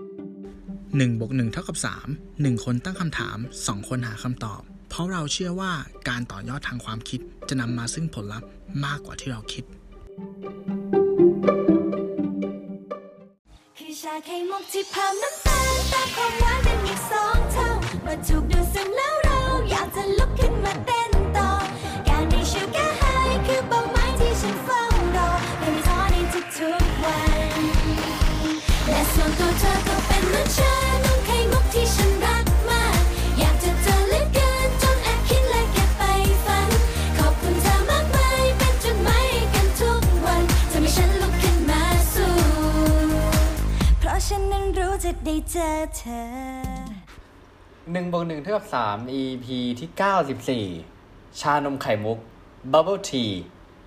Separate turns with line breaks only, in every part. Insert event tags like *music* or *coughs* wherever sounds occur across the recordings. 1บวก1เท่ากับ3 1 คนตั้งคำถาม 2 คนหาคำตอบ เพราะเราเชื่อว่าการต่อยอดทางความคิดจะนำมาซึ่งผลลัพธ์มากกว่าที่เราคิด
คือชาไข่มุกที่เพิ่มน้ำตาลแต่ความหวานเป็นอีกสองเท่ามาถูกดูดซึมแล้วเรา อยากจะลุกขึ้นมาเต้นต่อ การได้ชูการไฮคือเป้าหมายที่ฉันเฝ้ารอเป็นท้อในทุกๆวัน และส่วนตัวเธอก็เป็นเหมือนฉันน้องไข่มุกที่ฉันรักมาก อยากจะเจอเหลือเกินจนแอบคิดและเก็บไปฝัน ขอบคุณเธอมากมายเป็นจดหมายให้กันทุกวันทำให้ฉันลุกขึ้นมาสู้ เพราะฉันนั้นรู้จะได้เจอเธอ
หนึ่งบวกหนึ่งเท่ากับสาม EP ที่เก้าสิบสี่ชานมไข่มุก Bubble Tea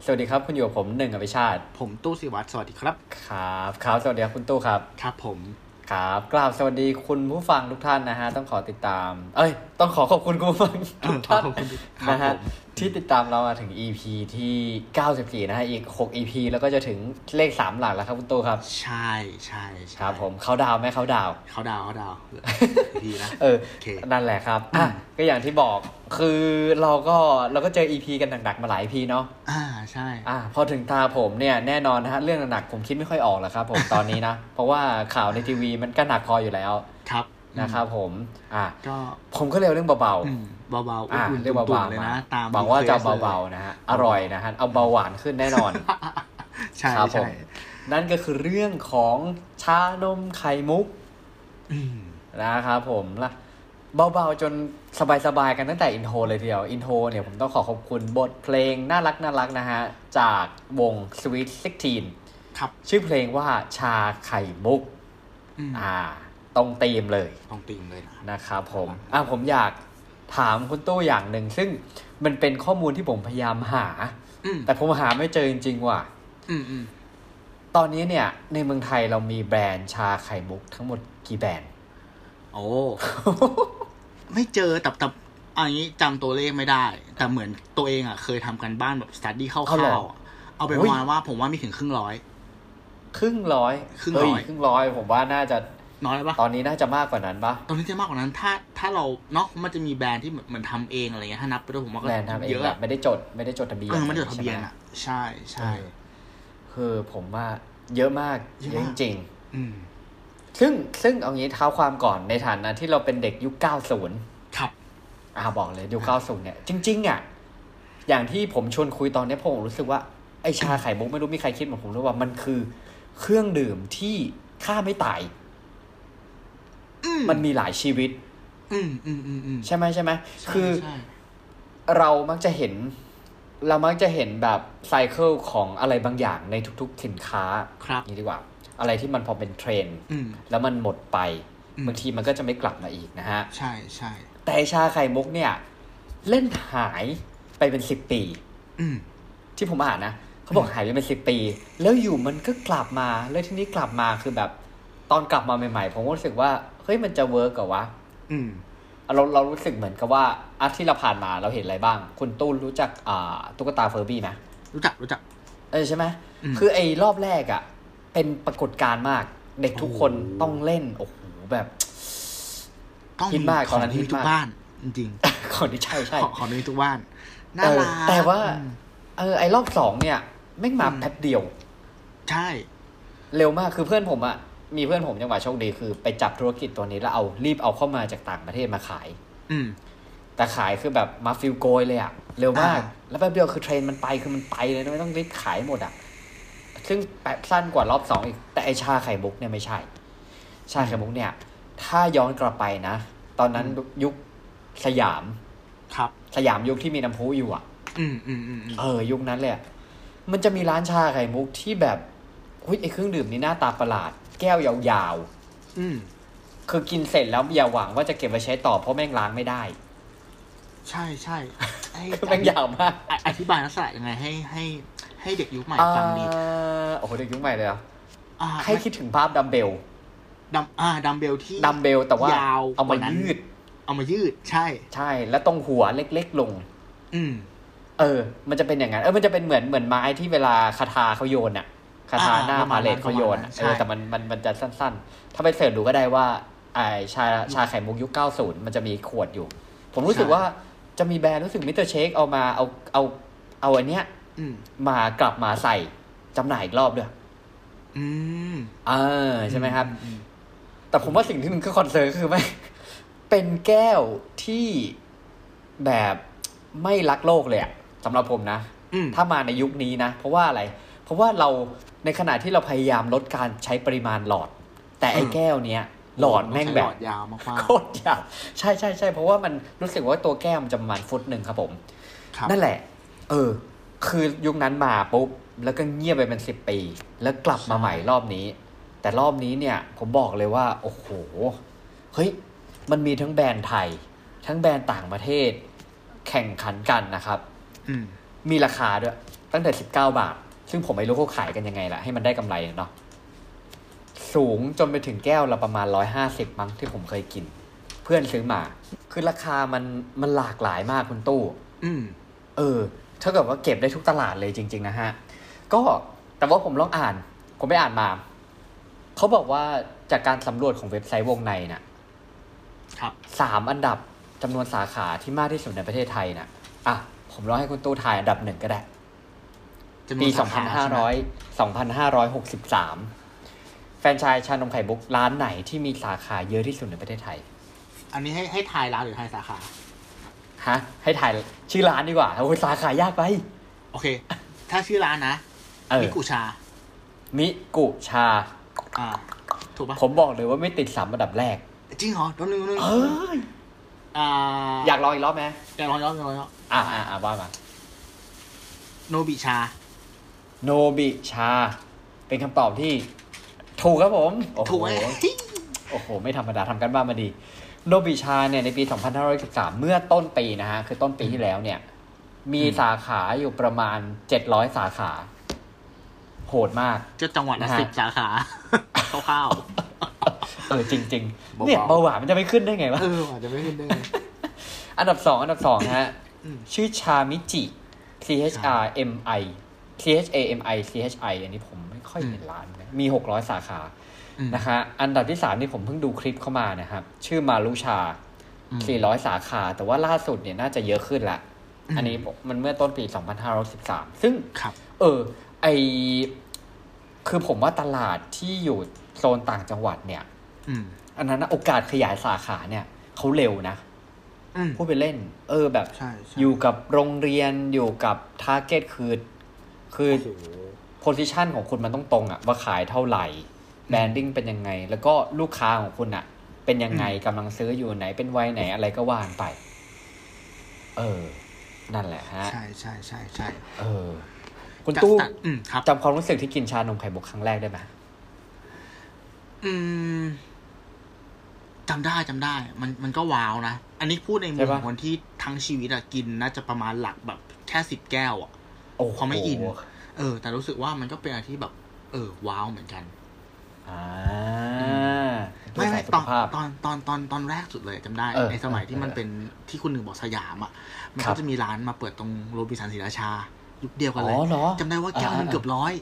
สวัสดีครับคุณอยู่กับผมหนึ่งอภิชาติ
ผมตู้สิวัตรสวัสดีครับ
ครับครับสวัสดีครับคุณตู้ครับ
ครับผม
ครับกราบสวัสดีคุณผู้ฟังทุกท่านนะฮะ ต้องขอติดตาม เอ้ย ต้องขอ *laughs* ขอบคุณคุณผู้ฟังทุกท่าน
ขอบคุณครับ
นะฮะ
ผม
ที่ติดตามเรามาถึง EP ที่ 94 นะฮะ อีก 6 EP แล้วก็จะถึงเลข 3 หลักแล้วครับคุณตู้ครับ
ใช่ใช่
ค
ใช่
รับผมเขาดาวน์ไหมเขาดาวน์
เขาดาวเขาดาวดี
*laughs*
นะ
เออ
โอเค
นั่นแหละครับ อ่ะ ก็อย่างที่บอก คือเราก็เราก็เจอ EP กันหนักๆมาหลาย EP เนาะ
อ่าใช่
อ่ะ พอถึงตาผมเนี่ยแน่นอนนะฮะ เรื่องหนักๆผมคิดไม่ค่อยออกหรอกครับผม *laughs* ตอนนี้นะ เพราะว่าข่าวในทีวีมันก็หนักพออยู่แล้ว
ครับ
นะครับผม อ่ะ
ก็
ผมก็เร็วเรื่องเบา
อืมเบาๆ
อ่ะ
อุ่นๆ
เรื่อง
ตุ่
เบาม
ๆ
ๆ
เลย
มา
นะ ตาม
หวังว่าจะ
request ลย
เบาๆนะฮะ อร่อยนะฮะ เอาเบาหวานขึ้นแน่นอน
ใช่
ครับผ
ใช่
ม นั่นก็คือเรื่องของชานมไข่มุก
อืม
นะครับผมละเบาๆจนสบายๆกันตั้งแต่อินโทรเลยทีเดียว อินโทรเนี่ยผมต้องขอขอบคุณบทเพลงน่ารักน่ารักนะฮะ จากวง Sweet 16
ครับ
ชื่อเพลงว่าชาไข่มุก
อืม
อ่า ตรงธีมเลย
ตรงติงเลยนะ
นะครับผม อ่าผมอยากถามคุณตู้อย่างหนึ่ง ซึ่งมันเป็นข้อมูลที่ผมพยายามหา
อืม
แต่ผมหาไม่เจอจริงๆว่ะ
อืมอืม
ตอนนี้เนี่ยในเมืองไทยเรามีแบรนด์ชาไข่มุกทั้งหมดกี่แบรนด์
โอ้ ไม่เจอแต่แต่เอันนี้จำตัวเลขไม่ได้ แต่เหมือนตัวเองอ่ะ เคยทำกันบ้านแบบสตัดดี้ค
เอาเหร
ร่า
อ
วๆอะเอาเป็น
อุ๊ย
ว่าว่าผมว่าไม่ถึงครึ่งร้อย
ครึ่งร้อย
ครึ่งร้อย
เฮ้ครึ่งร้อย ผมว่าน่าจะ
น้อยปะ
ตอนนี้น่าจะมากกว่านั้นปะ
ตอนนี้จะมากกว่านั้นถ้าถ้าเราเนาะมันจะมีแบรนด์ที่เหมือนเหมือนทำเองอะไรเงี้ยถ้านับไปด้วยผมว่าก็
แบรนด์ทำเอง
เยอะ
แบ
อะ
บไม่ได้จดไม่ได้จดทะเบียน
เออมันจดทะเบียน
ใช่ไหม
อ่ะ ใช่ใช่
เออคือผมว่าเยอะมาก
เยอะ
เยอะ
มา
จ
ก
ริง
อืม
ๆซึ่งซึ่งเอางี้เท้าความก่อนในฐานะที่เราเป็นเด็กยุค 90
ครับ
อ่าบอกเลยยุค 90 เนี่ย จริง ๆ อ่ะ อย่างที่ผมชวนคุยตอนเนี้ยผมรู้สึกว่าไอชาไข่มุกไม่รู้มีใครคิดเหมือนผมหรือว่ามันคือเครื่องดื่มที่ฆ่าไม่ตาย
อืม
มันมีหลายชีวิต
อืมอืมอืมอืม
ใช่ไหมใช่ไหม
ใช่
คือ
ใช่
เรามักจะเห็น เรามักจะเห็นแบบไซเคิลของอะไรบางอย่างในทุกๆสินค้า
ครับ
อย่างนี้ดีกว่า อะไรที่มันพอเป็นเทรนด์
อืม
แล้วมันหมดไป
อืม
บางทีมันก็จะไม่กลับมาอีกนะฮะ
ใช่ใช่
แต่ไอ้ชาไข่มุกเนี่ย เล่นหายไปเป็นสิบปี
อืม
ที่ผมอ่านนะเขาบอกหายไปเป็นสิบปี แล้วอยู่มันก็กลับมาแล้วทีนี้กลับมาคือแบบ ตอนกลับมาใหม่ๆ ผมก็รู้สึกว่าเฮ้ยมันจะเวิร์กเหรอวะ
อืม
เราเรารู้สึกเหมือนกับว่าอาที่เราผ่านมาเราเห็นอะไรบ้าง คุณตู้นรู้จักอ่าตุ๊กตาเฟอร์บี้ไหม
รู้จักรู้จัก
เออใช่ไหม
อืม
คือไอ้รอบแรกอะ่ะ เป็นปรากฏการณ์มาก เด็กทุกคน
โอ้โห
ต้องเล่น โอ้โหแบบ *laughs*
ต้อง
ฮิตมาก
ข
ต
อง
อนนั้น
ที่
ฮิ
มี
ต
ทุ
มาก
กบ้าน จริง
ก่อนที่ใช่ใช่
ๆของของที่มีทุกบ้านน่า
เออ
รัก
แต่ว่า
อืม
เออไอ้รอบสองเนี่ยไม่งมา
อืม
แป๊บเดียว
ใช่
เร็วมากคือเพื่อนผมอะ่ะ มีเพื่อนผมจังหวะโชคดีคือไปจับธุรกิจตัวนี้แล้วเอารีบเอาเข้ามาจากต่างประเทศมาขาย
อืม
แต่ขายคือแบบมาฟิลโกยเลยอะเร็วมาก
อ่า
แล้วแป๊บเดียวคือเทรนด์มันไปคือมันไปเลยนะไม่ต้องรีบขายหมดอะซึ่งแป๊บสั้นกว่ารอบสองอีก แต่ไอชาไข่มุกเนี่ยไม่ใช่ ชาไข่มุกเนี่ย ถ้าย้อนกลับไปนะ ตอนนั้นยุคสยาม
ครับ
สยามยุคที่มีน้ำพุอยู่อะ
อืมอืมอืมอืม
เออยุคนั้นเลยอะมันจะมีร้านชาไข่มุกที่แบบหุ้ยไอเครื่องดื่มนี่หน้าตาประหลาด แก้วยาว
อืม
ๆคือกินเสร็จแล้วอย่าหวังว่าจะเก็บไว้ใช้ต่อเพราะแม่งล้างไม่
*laughs*
ได้
ใช่ใช่ไอ้
*laughs* คือแม่งยาวมาก
อ่ะอธิบายลักษณะยังไงให้ให้ให้เด็กยุคใหม่ฟังดี
อ่าโอ้โหเด็กยุคใหม่เลยเหรอ
อ่า
ให้คิดถึงภาพดัมเบล
ดัมอ่าดัมเบลที่
ดัมเบลแต่ว่าย
าว
เอา
ก
มา
ว่านั้น
ยืด
เอามายืดใช่
ใช่ แล้วตรงหัวเล็กๆลง
อืม
เออ มันจะเป็นอย่างนั้น เออ มันจะเป็นเหมือนเหมือนไม้ที่เวลาคาทาเขาโยนอะคาทา
อ่า
หน้า
ประ
พา
มาณ
เลต
นั้น
เขาโยนอะ
ประ
เออ
มาณนั้นใช่
แต่มันมันมันจะสั้น ๆ ถ้าไปเสิร์ชดูก็ได้ว่า ไอชาชาไข่มุกยุค 90 มันจะมีขวดอยู่ ผมรู้สึก
ใช่
ว่าจะมีแบรนด์รู้สึกมิสเตอร์เชคเอามาเอาเอาเอาอันเนี้ย
อืม
มากลับมาใส่จำหน่ายอีกรอบด้วย
อืม
เออใช่ไหมครับ
อืม
แต่ผมว่าสิ่งที่มันก็คอนเซิร์นคือไม่ *laughs* เป็นแก้วที่แบบไม่รักโลกเลยอะสำหรับผมนะ
อืม
ถ้ามาในยุคนี้นะ เพราะว่าอะไร เพราะว่าเราในขณะที่เราพยายามลดการใช้ปริมาณหลอด แต่ไอ้แก้วเนี้ย หลอดแม่งแบ
หล
บ
อดยาวมาก
โคตรยาวใช่ใช่ใช่เพราะว่ามันรู้สึกว่าตัวแก้วมันจะประมาณฟุตหนึ่งครับผม
ๆครับ
นั่นแหละ เออ คือยุคนั้นมาปุ๊บ แล้วก็เงียบไปเป็นสิบปี แล้วกลับมาใหม่รอบนี้ แต่รอบนี้เนี่ย ผมบอกเลยว่า โอ้โห เฮ้ย มันมีทั้งแบรนด์ไทย ทั้งแบรนด์ต่างประเทศ แข่งขันกันนะครับ
อืม
มีราคาด้วย ตั้งแต่ 19 บาท ซึ่งผมไม่รู้เขาขายกันยังไงล่ะ ให้มันได้กำไรเนาะ สูงจนไปถึงแก้วละประมาณ 150 มั้งที่ผมเคยกิน เพื่อนซื้อมา คือราคามันมันหลากหลายมากคุณตู้
อืม
เออถ้าเกิดว่าเก็บได้ทุกตลาดเลยจริง ๆ นะฮะ ก็แต่ว่าผมลองอ่าน ผมไปอ่านมา เขาบอกว่าจากการสำรวจของเว็บไซต์วงในน่ะ
ครับ
สามอันดับจำนวนสาขาที่มากที่สุดในประเทศไทยน่ะ อ่ะ ผมลองให้คุณตู้ทายอันดับหนึ่งก็ได้
จำนวน
ปี
สาขาใช่ไหม
2500 2563 แฟรนไชายชานมไข่บุกร้านไหนที่มีสาขาเยอะที่สุดในประเทศไทย
อันนี้ให้ให้ทายร้านหรือทายสาขา
ฮะ ให้ถ่ายชื่อร้านดีกว่าโอ้ยสาขายากไป
โอ
*laughs*
เค ถ้าชื่อร้านนะ
เออ
มิกุชา
มิกุชา
อ่า ถูกปะ
ผมบอกเลยว่าไม่ติดสามอันดับแรก
จริงเหรอตัวนึงตัวนึง
เออ
อ่า
อยากลองอีกรอบไหม
อยากลองย้อนอยากลองย้อน
อ่าอ่าอ่าว่ามา
โนบิชา
โนบิชา เป็นคำตอบที่ ถูกครับผม โอ้โห
ถูกไหม
โอ้โห ไม่ธรรมดาทำกันบ้านมาดี โนบิชาเนี่ยในปี 2513 เมื่อต้นปีนะฮะ คือต้นปีที่แล้วเนี่ย มีสาขาอยู่ประมาณ 700 สาขา โหดมาก
จะจังหวัดละ
นะฮะ
สิบสา
*laughs*
ขา คร่าว
เออจริง
เบา
ๆ
ๆ
เนี่ยเบาหวานมันจะไม่ขึ้นได้ไง
ๆ
วะ
เอออาจจะไม่ขึ้นได้
อันดับสองอันดับสองนะฮะ
อืม
ชื่อชามิจิ C H R M I C H A M I C H I อันนี้ผมไม่ค่อยเห็นร้านนะมีหกร้อยสาขา
อืม
นะคะ อันดับที่สามนี่ผมเพิ่งดูคลิปเข้ามานะครับ ชื่อมารุชาสี่ร้อยสาขา แต่ว่าล่าสุดเนี่ยน่าจะเยอะขึ้นละ อันนี้ผมมันเมื่อต้นปี 2513 ซึ่ง
ครับ
เออ ไอคือผมว่าตลาดที่อยู่โซนต่างจังหวัดเนี่ย
อืม
อันนั้นนะโอกาสขยายสาขาเนี่ยเขาเร็วนะ
อืม
*coughs* พูดไปเล่น เออแบบ
ใช่ใช่
อยู่กับโรงเรียนอยู่กับทาร์เก็ตคือ คือ
โอ้โห
โพสิชันของคุณมันต้องตรงอะว่าขายเท่าไหร่แบรนดิ้งเป็นยังไง แล้วก็ลูกค้าของคุณอะเป็นยังไงกำลังซื้ออยู่ไหนเป็นวัยไหนอะไรก็ว่านไป เออ นั่นแหละฮะ
ใช่ใช่ใช่ใช่
เออ คุณ
จัด
ตู้
จัดอืมครับ
จำความรู้สึกที่กินชานมไข่มุกครั้งแรกได้ไหม
อืมจำได้จำได้ มันมันก็ว้าวนะ อันนี้พูดในมุมของคนที่ทั้งชีวิตอะกินน่าจะประมาณหลักแบบแค่สิบแก้วอะ
โอ้โห
ความไม่อิน เออ แต่รู้สึกว่ามันก็เป็นอะไรที่แบบ เออ ว้าวเหมือนกัน
อ่า
ไม่
ดู
ไม่
สายสุ
ต
ข
อน
ภาพ
ตอนตอนตอนตอนแรกสุดเลยจำได้
เออ
ในสมัย
เออ
ที่มัน
เออ
เป็นที่คุณหนึ่งบอกสยามอ่ะ มัน
ครั
ก็
บ
จะมีร้านมาเปิดตรงโรบินสันศรีราชา ยุคเดียวกันเล
อ๋
ย
อเหรอ
จำได้ว่าแก้ว
อ่า
มัน
อ่า
เกือบร้อย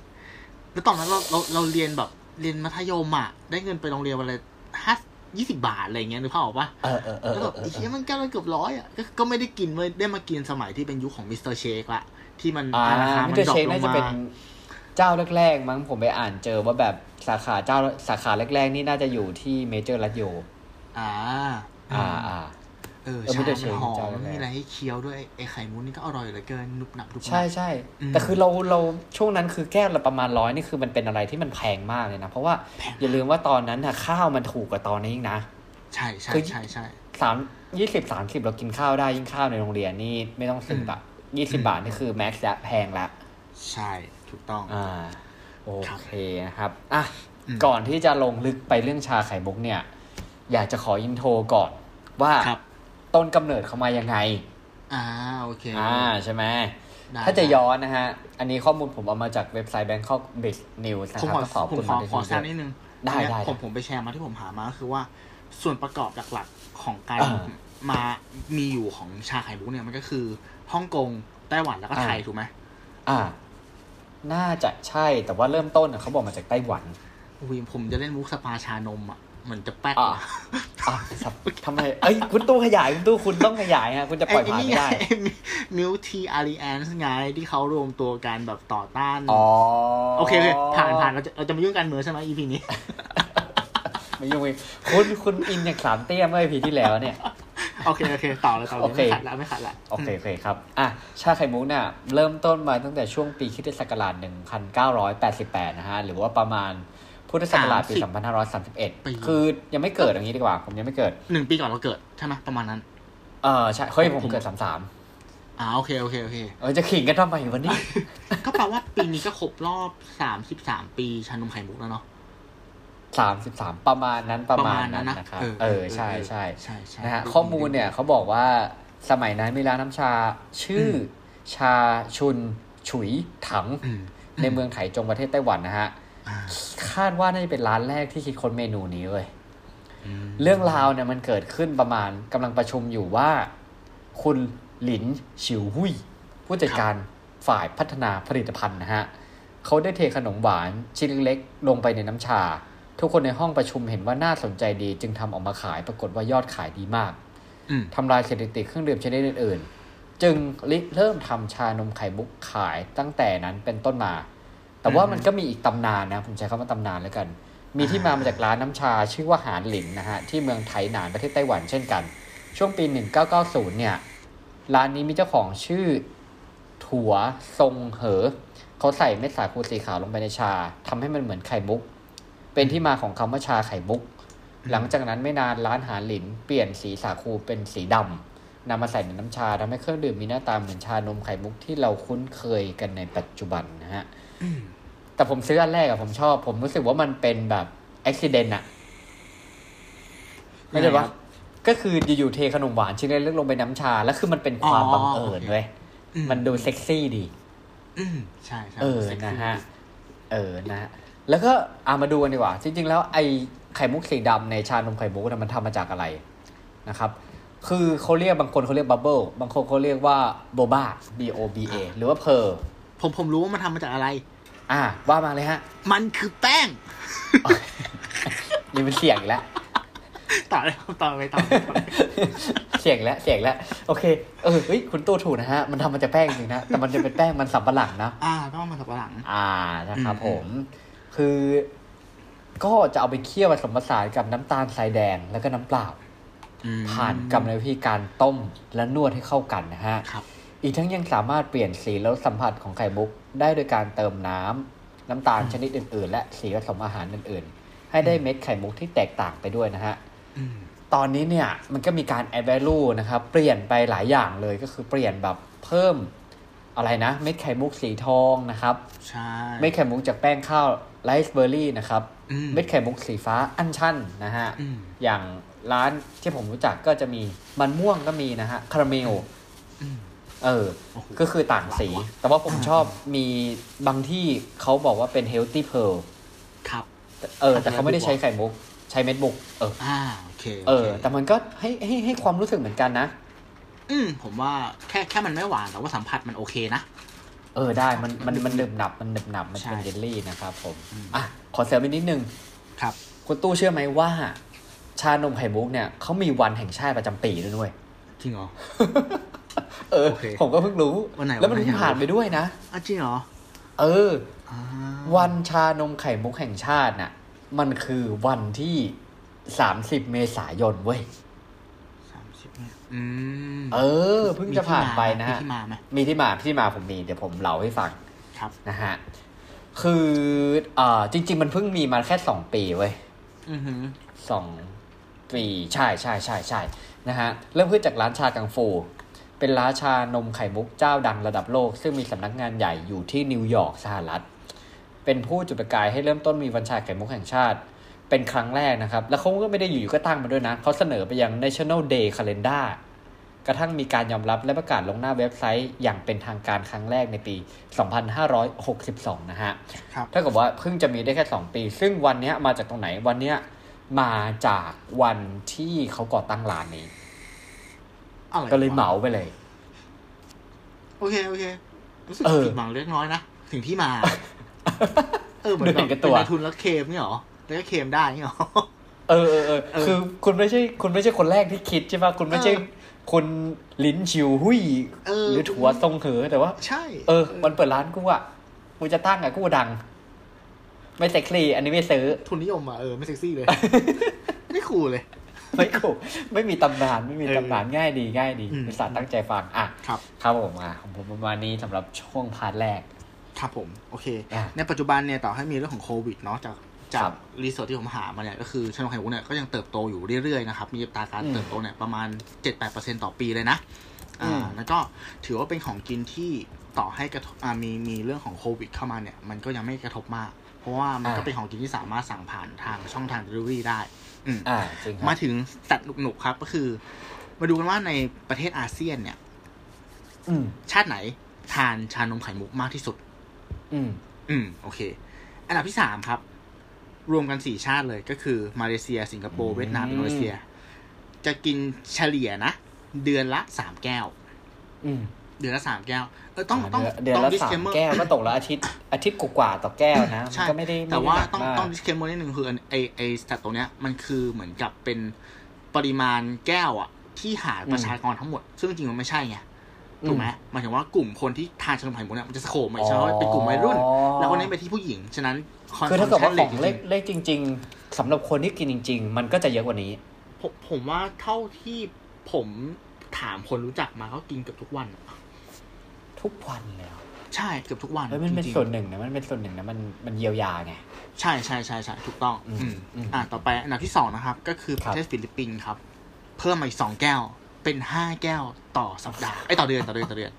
แล้วตอนนั้นเราเราเราเรียนแบบเรียนมัธยมอ่ะ ได้เงินไปโรงเรียนวันละห้ายี่สิบาทอะไรอย่างเงี้ยนึกภาพออกปะ
เออเออเออ
แล้วแบบ
เออ
ไอ้เคียมันแก้วละเกือบร้อยอ่ะก็ก็ไม่ได้กินเว้ยได้มากินสมัยที่เป็นยุคของมิสเตอร์เชคละที่มัน
อ่า
ราคา
มิ
มั
ส
น
เตอร์
ดรอ
เช
ป
ค
ล
น่าง จะ
มา
เป็นเจ้าแรกๆมั้งผมไปอ่านเจอว่าแบบสาขาเจ้าสาขาแรกๆ นี่น่าจะอยู่ที่เมเจอร์รัตโย
อ่า
อ่าอ่า
เออ
เออ
ชา
Mr.
มัน
Shake
หอ
จาน
ม
แรก
มีอะไรให้เคี้ยวด้วยไอ้ไข่มุ้นนี่ก็อร่อยเหลือเกินนุบหนับนุบหนับ
ใช่ใช่
อืม
แต่คือเราเราช่วงนั้นคือแก้วละประมาณร้อยนี่คือมันเป็นอะไรที่มันแพงมากเลยนะ เพราะว่า
แพงมาก
อย่าลืมว่าตอนนั้นนะข้าวมันถูกกว่าตอนนี้อีกนะ
ใช่ใช่
คือ
ใช่ใช่
สามยี่สิบสามสิบเรากินข้าวได้ยิ่งข้าวในโรงเรียนนี่ไม่ต้องซื้อแบบยี่สิบาทนี่คือแม็กซ์ละแพงละ
ใช่ถูกต้อง
อ่าโอ
ครับ
เคนะครับอ่ะ
อืม
ก่อนที่จะลงลึกไปเรื่องชาไข่มุกเนี่ย อยากจะขออินโทรก่อนว่า
ครับ
ต้นกำเนิดเขามายังไง
อ่าโอเค
อ่าใช่ไหม
ได้
ถ้าจะย้อนนะฮะ อันนี้ข้อมูลผมเอามาจากเว็บไซต์ Bangkok b i z News นะ
ผม
ครับ
ขอ
ก็ขอบ
ผม
คุณ
ขอ
มากที่
ขอแซ
ช่ว
ง
ย
นิดนึง
ได้
อันเนี้ย
ได้
ผมผมไปแชร์มาที่ผมหามาก็คือว่า ส่วนประกอบหลักๆของการ
อ่า
มามีอยู่ของชาไข่มุกเนี่ยมันก็คือฮ่องกงไต้หวันแล้วก็
อ่า
ไทยถูกไหม
อ่า น่าจะใช่แต่ว่าเริ่มต้นน่ะเขาบอกมาจากไต้หวัน
อุ้ยผมจะเล่นมุกสปาชานมอ่ะ เหมือนจะแป๊ก *laughs*
อ่ะ
นะ
อ่ะสับทำไมเอ้ยคุณตู้ขยายคุณตู้คุณต้องขยายฮะคุณจะปล่อยผ่านไม่ได้
อ้นี่ง *laughs* มิวทีอารีแอนส์ไงที่เขารวมตัวกันแบบต่อต้าน
อ๋อ
โอเคโอเคผ่านผ่านเราจะเราจะไม่ยุ่งการเมืองใช่ไหม EP นี้ *laughs*
ไม่ยุ่งไม่คุณคุณอินอย่างสามเตี้ยเมื่อพีที่แล้วเนี่ย
โอเคโอเคต่อเลยต่อเล
โอย เค
ไม่ขัดละไม่ขัดละ
*laughs* โอเคโอเคครับ อ่ะ ชาไข่มุกเนี่ยเริ่มต้นมาตั้งแต่ช่วงปีคริสตศักราช1988 นะฮะ หรือว่าประมาณพุทธศักราชปี 2531 คือยังไม่เกิดอย่างนี้ดีกว่า ผมยังไม่เกิด
หนึ่งปีก่อนเราเกิดใช่ไหมประมาณนั้น
เออใช่ เฮ้ย ผมเกิด 33
อ่าโอเคโอเคโอ *laughs* เค
เออจะขิงกันทำไมวันนี้
ก็แปลว่าปีนี้ก็ครบรอบสามสิบสามปีชานมไข่มุกแล้วเนาะ
33 ประมาณนั้นประมาณนั้นนะครับ เออ ใช่ใช่
ใช่ใช่
นะฮะข้อมูลเนี่ยเขาบอกว่าสมัยนั้นมีร้านน้ำชา ชื่ออชาชุน ฉุยถัง
อืม
ในเมืองไถจงประเทศไต้หวันนะฮะ
อ่า
คาดว่าน่าจะเป็นร้านแรกที่คิดค้นเมนูนี้เลย
อืม
เรื่องราวเนี่ยมันเกิดขึ้นประมาณกำลังประชุมอยู่ว่า คุณหลินฉิวหุยผู้จัดการฝ่ายพัฒนาผลิตภัณฑ์นะฮะเขาได้เทขนมหวานชิ้นเล็กๆลงไปในน้ำชา ทุกคนในห้องประชุมเห็นว่าน่าสนใจดี จึงทำออกมาขายปรากฏว่ายอดขายดีมาก
อืม
ทำลายสถิติเครื่องดื่มชนิดอื่นๆ จึงริเริ่มทำชานมไข่มุกขายตั้งแต่นั้นเป็นต้นมา แต่ว่ามันก็มีอีกตำนานนะ ผมใช้คำว่าตำนานแล้วกัน มีที่มามาจากร้านน้ำชาชื่อว่าหานหลินนะฮะ ที่เมืองไถหนานประเทศไต้หวันเช่นกัน ช่วงปี 1990 เนี่ย ร้านนี้มีเจ้าของชื่อ ถั่วทรงเหอ เขาใส่เม็ดสาคูสีขาวลงไปในชาทำให้มันเหมือนไข่มุก เป็นที่มาของคำว่าชาไข่มุก หลังจากนั้นไม่นานร้านหาหลิน เปลี่ยนสีสาคูเป็นสีดำนำมาใส่ในน้ำชาทำให้เครื่องดื่มมีหน้าตาเหมือนชานมไข่มุกที่เราคุ้นเคยกันในปัจจุบันนะฮะ แต่ผมซื้ออันแรกอะผมชอบ ผมรู้สึกว่ามันเป็นแบบอุบิเหตุอะไม่ใช่ว่าก็คืออยู่ๆเทขนมหวานชิ้นเล็กๆลงไปน้ำชา แล้วคือมันเป็นความบังเอิญเว้ย มันดูเซ็กซี่ดี
อืมใช่ใช่
เออ
เซ็กซี่
นะฮะ เออ นะฮะ แล้วก็เอามาดูกันดีกว่า จริง ๆ แล้วไอ้ไข่มุกสีดำในชานมไข่มุกนะมันทำมาจากอะไรนะครับ คือเขาเรียกบางคนเขาเรียกบับเบิล บางคนเขาเรียกว่าโบบา B O B A หรือว่าเพอร์
ผมผมรู้ว่ามันทำมาจากอะไร
อ่า ว่ามาเลยฮะ
มันคือแป้ง *laughs*
นี่เป็นเสียงอีกแล้ว *laughs*
ต่อเลยครับต่อไปต่อต่อ
เสียงแล้วเสียงแล้ว โอเค เออ เฮ้ย คุณตู้ถูกนะฮะ มันทำมาจากแป้งจริงนะ แต่มันจะเป็นแป้งมันสับปะหลังนะ
อ่าแป้งมันสับปะหลัง
อ่านะครับ
อืม
ผม คือก็จะเอาไปเคี่ยวผสมผสานกับน้ำตาลทรายแดงแล้วก็น้ำเปล่า
อืม
ผ่านกรรมวิธีการต้มและนวดให้เข้ากันนะฮะ
ครับ
อีกทั้งยังสามารถเปลี่ยนสีแล้วสัมผัสของไข่มุก ได้โดยการเติมน้ำน้ำตาลชนิดอื่น ๆ และสีผสมอาหารอื่น ๆ ให้ได้เม็ดไข่มุกที่แตกต่างไปด้วยนะฮะ
อืม
ตอนนี้เนี่ยมันก็มีการ add value นะครับ เปลี่ยนไปหลายอย่างเลยก็คือเปลี่ยนแบบเพิ่มอะไรนะเม็ดไข่มุกสีทองนะครับ
ใช่
เม็ดไข่มุกจากแป้งข้าวไรซ์เบอร์รี่นะครับ
อื
เม็ดไข่มุกสีฟ้าอันชันนะฮะ
อืม
อย่างร้านที่ผมรู้จักก็จะมีมันม่วงก็มีนะฮะคาราเมล
อืม
เออ
โอ้โห
ก็คือต่างสี
หวานวะ
แต่ว่าผมชอบมีบางที่เขาบอกว่าเป็นเฮลตี้เพล
ครับ
เออ แต่เขาไม่ได้ใช้ไข่มุก ใช้เม็ดมุก เออ
อ่าโอเคโค
เออ แต่มันก็ให้ให้ให้ความรู้สึกเหมือนกันนะ
อืมผมว่าแค่แค่มันไม่หวานแต่ว่าสัมผัสมันโอเคนะ
เออได้ มันมันมันหนึบหนับมันหนึบหนับมันเป็น
ใช่
เยลลี่นะครับผม
อืม
อ่ะ ขอเสริมอีกนิดนึง
ครับ
คุณตู้เชื่อไหมว่า ชานมไข่มุกเนี่ยเขามีวันแห่งชาติประจำปีด้วยด้วย
จริงเหรอ
เออ
โอเค
ผมก็เพิ่งรู้
วันไหน
แล้วมัน
วันไหน
เพิ่ง
อยากรู้
ผ่านไปด้วยนะ
อ่ะจริงเหรอ
เออ
อ่า
วันชานมไข่มุกแห่งชาติน่ะ มันคือวันที่ 30 เมษายนเว้ย
สามสิบเนี่ยอืม
เออ เพิ่งจะผ่านไปนะ
มี
ฮะ
ที่มาไหม
มีที่มาที่มาผมมี เดี๋ยวผมเล่าให้ฟัง
ครับ
นะฮะ คือเอ่อจริง ๆ มันเพิ่งมีมาแค่ 2 ปีเว้ย
อือหือ
สองปีใช่ใช่ใช่ใช่นะฮะ เริ่มขึ้นจากร้านชากังฟู เป็นร้านชานมไข่มุกเจ้าดังระดับโลก ซึ่งมีสำนักงานใหญ่อยู่ที่นิวยอร์กสหรัฐ เป็นผู้จุดประกายให้เริ่มต้นมีวันชาไข่มุกแห่งชาติ เป็นครั้งแรกนะครับ แล้วเขาก็ไม่ได้อยู่ๆก็ตั้งมาด้วยนะ เขาเสนอไปยัง National Day Calendar กระทั่งมีการยอมรับและประกาศลงหน้าเว็บไซต์อย่างเป็นทางการครั้งแรกในปี 2562 นะฮะ
ครับ
เท่ากับว่าเพิ่งจะมีได้แค่ 2 ปี ซึ่งวันเนี้ยมาจากตรงไหนวันเนี้ยมาจากวันที่เขาก่อตั้งร้านนี้
อะไร
ก็เลยว
ะ
เหมาไปเลย
โอเค โอเค รู้สึก
เออ
ผิดหวังเล็กน้อยนะ ถึงที่
*laughs*
มา เออเหมือน
เหนื่อ
แบ
ย
บ
กับตั
เป็น
ว
นายทุนแล้วเคมเนี่ยเหรอ แล้วก็เคมได้เนี่ยเหรอ
เ เออเออเออคือคุณไม่ใช่ คุณไม่ใช่คนแรกที่คิดใช่ปะคุณไม่ใช่
เออ
คนลิ้นชิวหุ้ย
เออ
หรือถัวทรงเหอแต่ว่า
ใช่
เออมันเปิดร้านกูอ่ะกูจะตั้งอ่ะกูดัง ไม่เซ็กซี่อันนี้ไม่ซื้อ
ทุนนิยมอ่ะเออไม่เซ็กซี่
*laughs*
เลย ไม่คูลเลย
ไม่กูไม่มีตำนานไม่มีตำนาน
เออ
ง่ายดีง่ายดี
อืม
อุตส่าห์ตั้งใจฟังอ่ะ
ครับ
ครับผมอ่ะของผมประมาณนี้สำหรับช่วงพาร์ทแรก
ครับผม โอเค
อ่ะ
ในปัจจุบันเนี่ยต่อให้มีเรื่องของโควิดเนาะจากจา
ครั
ก
บ
รีสอร์ทที่ผมหามาเนี่ยก็คือชานมไข่มุกเนี่ยก็ยังเติบโตอยู่เรื่อยๆนะครับ มีอัตราการ
อืม
เติบโตเนี่ยประมาณ 7-8%ต่อปีเลยนะ
อื
อ่า
ม
แล้วก็ถือว่าเป็นของกินที่ต่อให้กระทบอ่ามีมีเรื่องของโควิดเข้ามาเนี่ย มันก็ยังไม่กระทบมาก เพราะว่ามันก็เป็นของกินที่สามารถสั่งผ่านทางช่องทาง delivery ได้ อืม
อ่าจริงค
มา
รับ
ถึงสัตว์หนุกๆครับก็คือ มาดูกันว่าในประเทศอาเซียนเนี่ย
อืม
ชาติไหนทานชานมไข่มุกมากที่สุด
อืม
อืม โอเค อันดับที่สามครับ รวมกันสี่ชาติเลยก็คือ มาเลเซีย สิงคโปร์เวียดนามอินโดนีเซีย จะกินเฉลี่ยนะ เดือนละสามแก้ว
อืม
เดือนละสามแก้ว เออต้อง
อ่า
ต้อง
เดืนเดือน
ต้
ละสา
อง
ม
disclaimer
แก้วก็ตกละอาทิตย์อาทิตย์กว่าๆต่อแก้วนะมัน
ใช่
ก็ไม่ได้ไม่
แต่
ได้
ว่า
หนัก
ต้อง
มก
ต้อง disclaimer นิดนึงคืออันไอไอสัตว์ตัวเนี้ยมันคือเหมือนกับเป็นปริมาณแก้วอะที่หารประชากรทั้งหมด ซึ่งจริงๆมันไม่ใช่ไงถูกไหมหมายถึงว่ากลุ่มคนที่ทานชานมไข่มุกเนี่ยมันจะสโคมไปเฉพาะเป็นกลุ่มวัยรุ่น
อ๋อ
แล้วคนนี้เป็นที่ผู้หญิงฉะนั้น
คือถ้าเกิดว่าของ
consumption rate
เลขเลขจริง ๆสำหรับคนที่กินจริง ๆ มันก็จะเยอะกว่านี้
ผมผมว่าเท่าที่ผมถามคนรู้จักมาเขากินเกือบทุกวันอะ
ทุกวันเลยเหรอ
ใช่เกือบทุกวัน
เฮ้ยมันเป็น
จริงๆ
ส่วนหนึ่งนะมันเป็นส่วนหนึ่งนะมันมันเยียวยาไง
ใช่ใช่ใช่ใช่ถูกต้อง
อืม
อืม
อืม
อ่าต่อไปอันดับที่สองนะครับ ก็คือ
ค
ป
รับ
ระเทศฟิลิปปินส์ครับ เพิ่มมาอีกสองแก้ว เป็นห้าแก้วต่อสัปดาห์ไอยต่อเดือนต่อเดือนต่อเดื
*laughs*
อน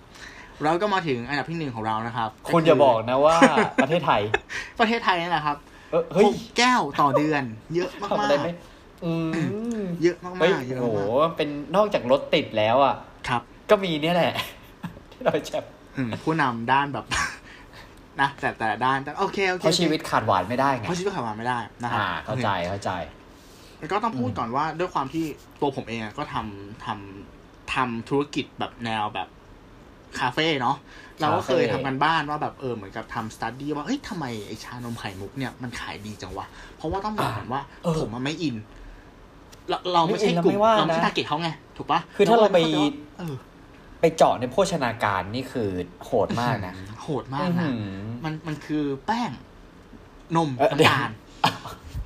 เราก็มาถึงอันดับที่หนึ่งของเรานะครับ
คุณอย่าบอกนะว่า *laughs* ประเทศไทย
ประเทศไทยนี่แหละครับ
เออเฮ้ย
หกแก้วต่อเดือน เยอะมา
ทำอะไร
ก
ไม่อืม
ๆเยอะมาก
เฮ้ย
ๆเยอะ
โอ้โห
มาก
เป็นนอกจากรถติดแล้วอ่ะ
ๆครับ
ก็มีเนี่ยแหละ *laughs* ที่เราจะ
อืมผู้นำด้านแบบ *laughs* นะแต่แต่ละด้านแต่โอเคโอเค
เพราะชีวิตขาดหวานไม่ได้ไง
เพราะชีวิตขับมาไม่ได้นะครั
อ่าเข้าใจเข้าใจ
แล้วก็ต้องพูดก่อนว่าด้วยความที่ตัวผมเองอะก็ทำทำทำธุรกิจแบบแนวแบบคาเฟ่เนาะเราก็เคยทำกันบ้านว่าแบบเออเหมือนกับทำสตัดดี้ว่าเอ้ยทำไมไอชานมไข่มุกเนี่ยมันขายดีจังวะ เพราะว่าต้องบอกก่อนว่า
เออ
ผมมันไม่อิน เราเราไม่ใช่กลุ่ม
ไม่อินเราไม่ว่านะ
เราไม่ใช่ทาร์เก็ตเขาไงถูกปะ
คือถ้าเราไป
ก็เลยเออ
ไปเจาะในโภชนาการนี่คือโหดมากนะ
โหดมากนะ
อื้อหือ
มันมันคือแป้ง นม
เอ่อเดี๋ยว
น้ำตาล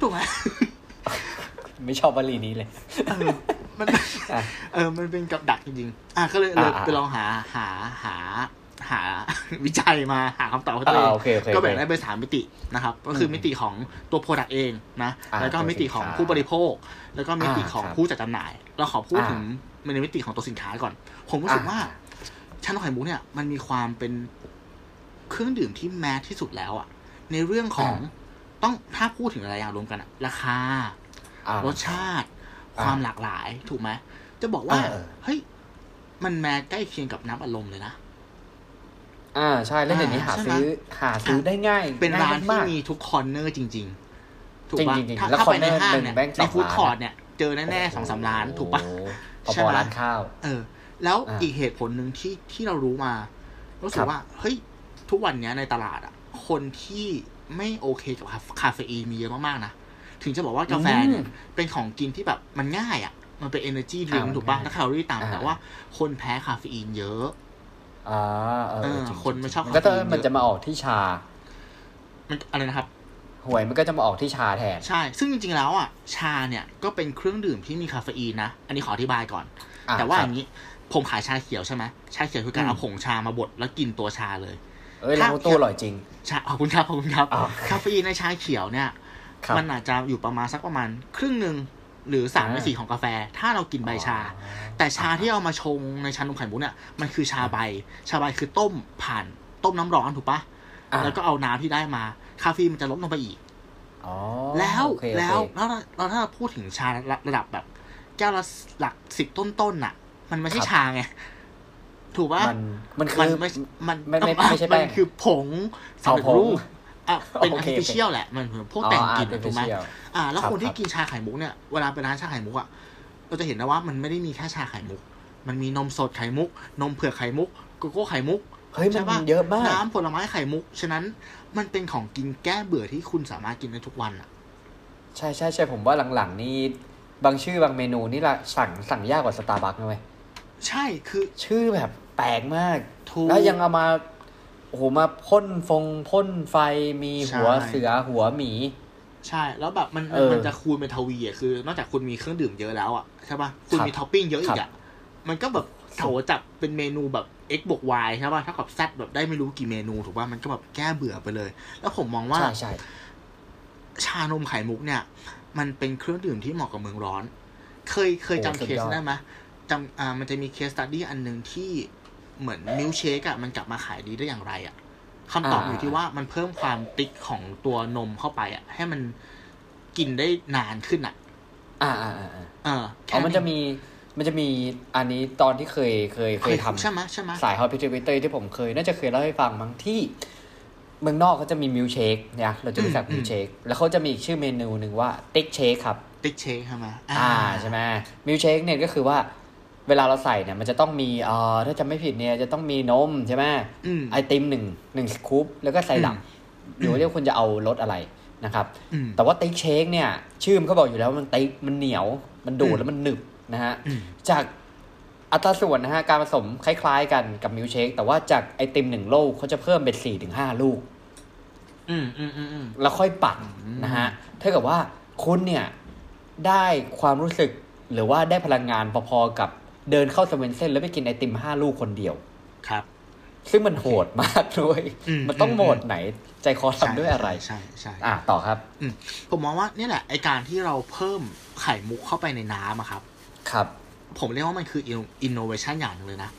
ถูกไหม
ไม่ชอบบลีนี้เลย
เออมัน
อ่ะ
เออมันเป็นกับดักจริงๆ อ่ะก็เลยเลย
อ่า
ไปลองหาหาหาหา *laughs* วิจัยมาหาคำตอบให้ตัวเอ
อ่าง โอเคโอเค
ก็แบ่งได้เป็นสามมิตินะครับ ก็คืออ
ม
มิติของตัวโปรดักเองนะ
อ่า
แล้วก็
ตัว
มิติ
สิน
ของ
ค้า
ผู้บริโภค แล้วก็มิติของ
อ่าครับ
ผู้จัดจำหน่าย เราขอพูด
อ่า
ถึงในมิติของตัวสินค้าก่อน ผมรู้สึก
อ่า
ว่าชานมไข่มุกเนี่ย มันมีความเป็น เครื่องดื่มที่แมสที่สุดแล้วอะในเรื่องของ
อ่
ต้องถ้าพูดถึงอะไรอย่างรวมกันอะราคา
อ่ะ
รสชาติ
อ่า
ความหลากหลายถูกไหมจะบอกว่า
เออ
เฮ้ยมันแม้ใกล้เคียงกับน้ำอารมณ์เลยนะ
อ่าใช่แล้วเดี๋ยวนี้หา
ใช่ไหม
ซื้อหาซื้อได้ง่าย
เป็นร้า
ง่
น
ย
ที่
มาก
มีทุกคอนเนอร์จริง ๆ ถูกปะ
จริงๆ
ถ้า
แล้ว
ถ้าไปใน
corner
ห้าง
หนึ่ง
เนี่ย
แบงค์ส
ใน
อง
ฟู้ด
ร้าน
คอร์ทเนี่ย เจอแน่ๆสองสามร้านถูกปะ
โอ้โห
ใช่
พอๆ
ไหม
ร้านข้าว
เออ แล้ว
อ่า
อีกเหตุผลหนึ่งที่ที่เรารู้มารู้สึ
ครั
ก
บ
ว่าเฮ้ยทุกวันเนี้ยในตลาดอะคนที่ไม่โอเคกับคาคาเฟอีนมีเยอะมากๆนะ ถึงจะบอกว่ากาแฟเนี่ยเป็นของกินที่แบบมันง่ายอะมันเป็น energy drink
อ่า
ถูกปะ
มันง่าย
แล้วแคลอรี่ต่ำแต่
อ่า
ว่าคนแพ้คาเฟอีนเยอะ
อ่าเออ
เออ
จริงๆ
คนไม่ชอบ
มันก็จะ
คาเฟอีนเยอะ
มันจะมาออกที่ชา
มันอะไรนะครับ
หวยมันก็จะมาออกที่ชาแทน
ใช่ ซึ่งจริงๆแล้วอ่ะ ชาเนี่ยก็เป็นเครื่องดื่มที่มีคาเฟอีนนะ อันนี้ขออธิบายก่อน
อ่ะ
แต่ว่า
ค
อ
รับ
ย่างนี้ผมขายชาเขียวใช่ไหมชาเขียวคือการ
อืม
เอาผงชามาบดแล้วกินตัวชาเลย
เอ้ยร้าน
ถ้า
ข้าวตู้อร่อยจริง
ชาขอบคุณครับขอบคุณครับ
อ้าว
คาเฟอีนในชาเขียวเนี่ย
ครับ
มันอาจจะอยู่ประมาณสักประมาณครึ่งหนึ่งหรือสามใน
อ่า
สี่ของกาแฟ ถ้าเรากินใบชา แต่ชาที่เอามาชงในชานมไข่มุกเนี่ยมันคือชาใบ ชาใบคือต้มผ่านต้มน้ำร้อนถูกปะ
อ่ะ
แล้วก็เอาน้ำที่ได้มาคาเฟอีนมันจะลดลงไปอีก
อ๋อ
แล้ว
โอเคโอเค
แล้วแล้วแล้วถ้าเราพูดถึงชาระระดับแบบ แก้วละหลักสิบต้นๆน่ะ มันไม่ใช่ชาไง ถูกปะ
มันมันคื
มั
อ
ไม่มัน
ไม่ไม่ไม่ใช่แป้
มั
ง
นคือผงสำเร็จ
เอาผง
รูปอ่ะเป็น
โอ
อา
เค
ร์ติฟิเชียลแหละ มันเหมือนพวก
อ๋อ
แต่ง
อ่ะ
กลิ่น
เป็น
ถูกไหม
เชียล
อ่า แล้ว
ครับ
คน
ค
ที่
รับ
กินชาไข่มุกเนี่ยเวลาไปร้านชาไข่มุกอ่ะเราจะเห็นนะว่ามันไม่ได้มีแค่ชาไข่มุก มันมีนมสดไข่มุก นมเผือกไข่มุกโกโก้ไข่มุก
เฮ้ย
ใช่
มั
ปะ
นเยอะมาก
น้ำผลไม้ไข่มุก ฉะนั้นมันเป็นของกินแก้เบื่อที่คุณสามารถกินได้ทุกวันอะ
ใช่ใช่ใช่ผมว่าหลังๆนี่บางชื่อบางเมนูนี่ละสั่งสั่งยากกว่าสตาร์บัคนะเว้ย
ใช่คือ
ชื่อแบบแปลกมาก
ถูก
แล้วยังเอามาโอ้โหมาพ่นฟงพ่นไฟมี
ใช่
หัวเสือหัวหมี
ใช่แล้วแบบมัน
เออ
มันจะคูณเป็นทวีอ่ะคือนอกจากคุณมีเครื่องดื่มเยอะแล้วอ่ะใช่ป่ะคุณ
ครับ
มีท็อปปิ้งเยอะอีก
ครั
อ่ะ
บ
มันก็แบบโถจับเป็นเมนูแบบ x บวก y ใช่ป่ะเท่ากับ z แบบได้ไม่รู้กี่เมนูถูกป่ะมันก็แบบแก้เบื่อไปเลย แล้วผมมองว่า
ใช่ใช่
ชานมไข่มุกเนี่ย มันเป็นเครื่องดื่มที่เหมาะกับเมืองร้อน เคยเคยจำเคสได้ไหมจำอ่ามันจะมีเคสตัดดี้อันหนึ่งที่เหมือนมิลเชคอะมันกลับมาขายดีได้อย่างไรอะคำตอบอยู่ที่ว่ามันเพิ่มความติ๊กของตัวนมเข้าไปอะให้มันกินได้นานขึ้นอะ
อ่าอ่าอ่าอ่า
เออแค่
อ๋อมันจะมีมันจะมีอันนี้ตอนที่เคยเคยเคยทำ
ใช่ไหมใช่ไหม
สายฮอตพิจิเตอร์ที่ผมเคย น่าจะเคยเล่าให้ฟังมั้งที่ เมืองนอกเขาจะมีมิลเชคเนี่ยเราจะรู้จักมิลเชคแล้วเขาจะมีอีกชื่อเมนูหนึ่งว่าติ๊กเชคครับ
ติ๊กเชคใช่ไหม
อ่าใช่ไหมมิลเชคเนี่ยก็คือว่าเวลาเราใส่เนี่ยมันจะต้องมีเอ่อถ้าจำไม่ผิดเนี่ยจะต้องมีนมใช่ไหม
อืม
ไอติมหนึ่งหนึ่งสกู๊ปแล้วก็ไซรัปหรือว่าเรียกคุณจะเอารสอะไรนะครับ
อืม
แต่ว่าติ๊กเชคเนี่ยชื่อมันก็บอกอยู่แล้วมันติ๊กมันเหนียว มันดู
อื
ด
ม
แล้วมันหนึบนะฮะ
อืม
จากอัตราส่วนนะฮะ การผสมคล้ายๆกันกับมิลค์เชค แต่ว่าจากไอติมหนึ่งลูกเขาจะเพิ่มเป็นสี่ถึงห้าลูก
อืมอืมอืมอืม
แล้วค่อยปั่นนะฮะเท่ากับว่าคุณเนี่ย ได้ความรู้สึกหรือว่าได้พลังงานพอๆกับเดินเข้าเซเว่นเซนแล้วไปกินไอติมห้าลูกคนเดียว
ครับ
ซึ่งมันโหดมากด้วย
อืม
มันต้อง
อืม
โหมดไหนใจคอทำด้วยอะไร
ใช่ใช่ใช่
อ่ะต่อครับ
อืมผมมองว่าเนี่ยแหละไอการที่เราเพิ่มไข่มุกเข้าไปในน้ำอะครับ
ครับ
ผมเรียกว่ามันคืออินโนเวชันอย่างหนึงเลยนะ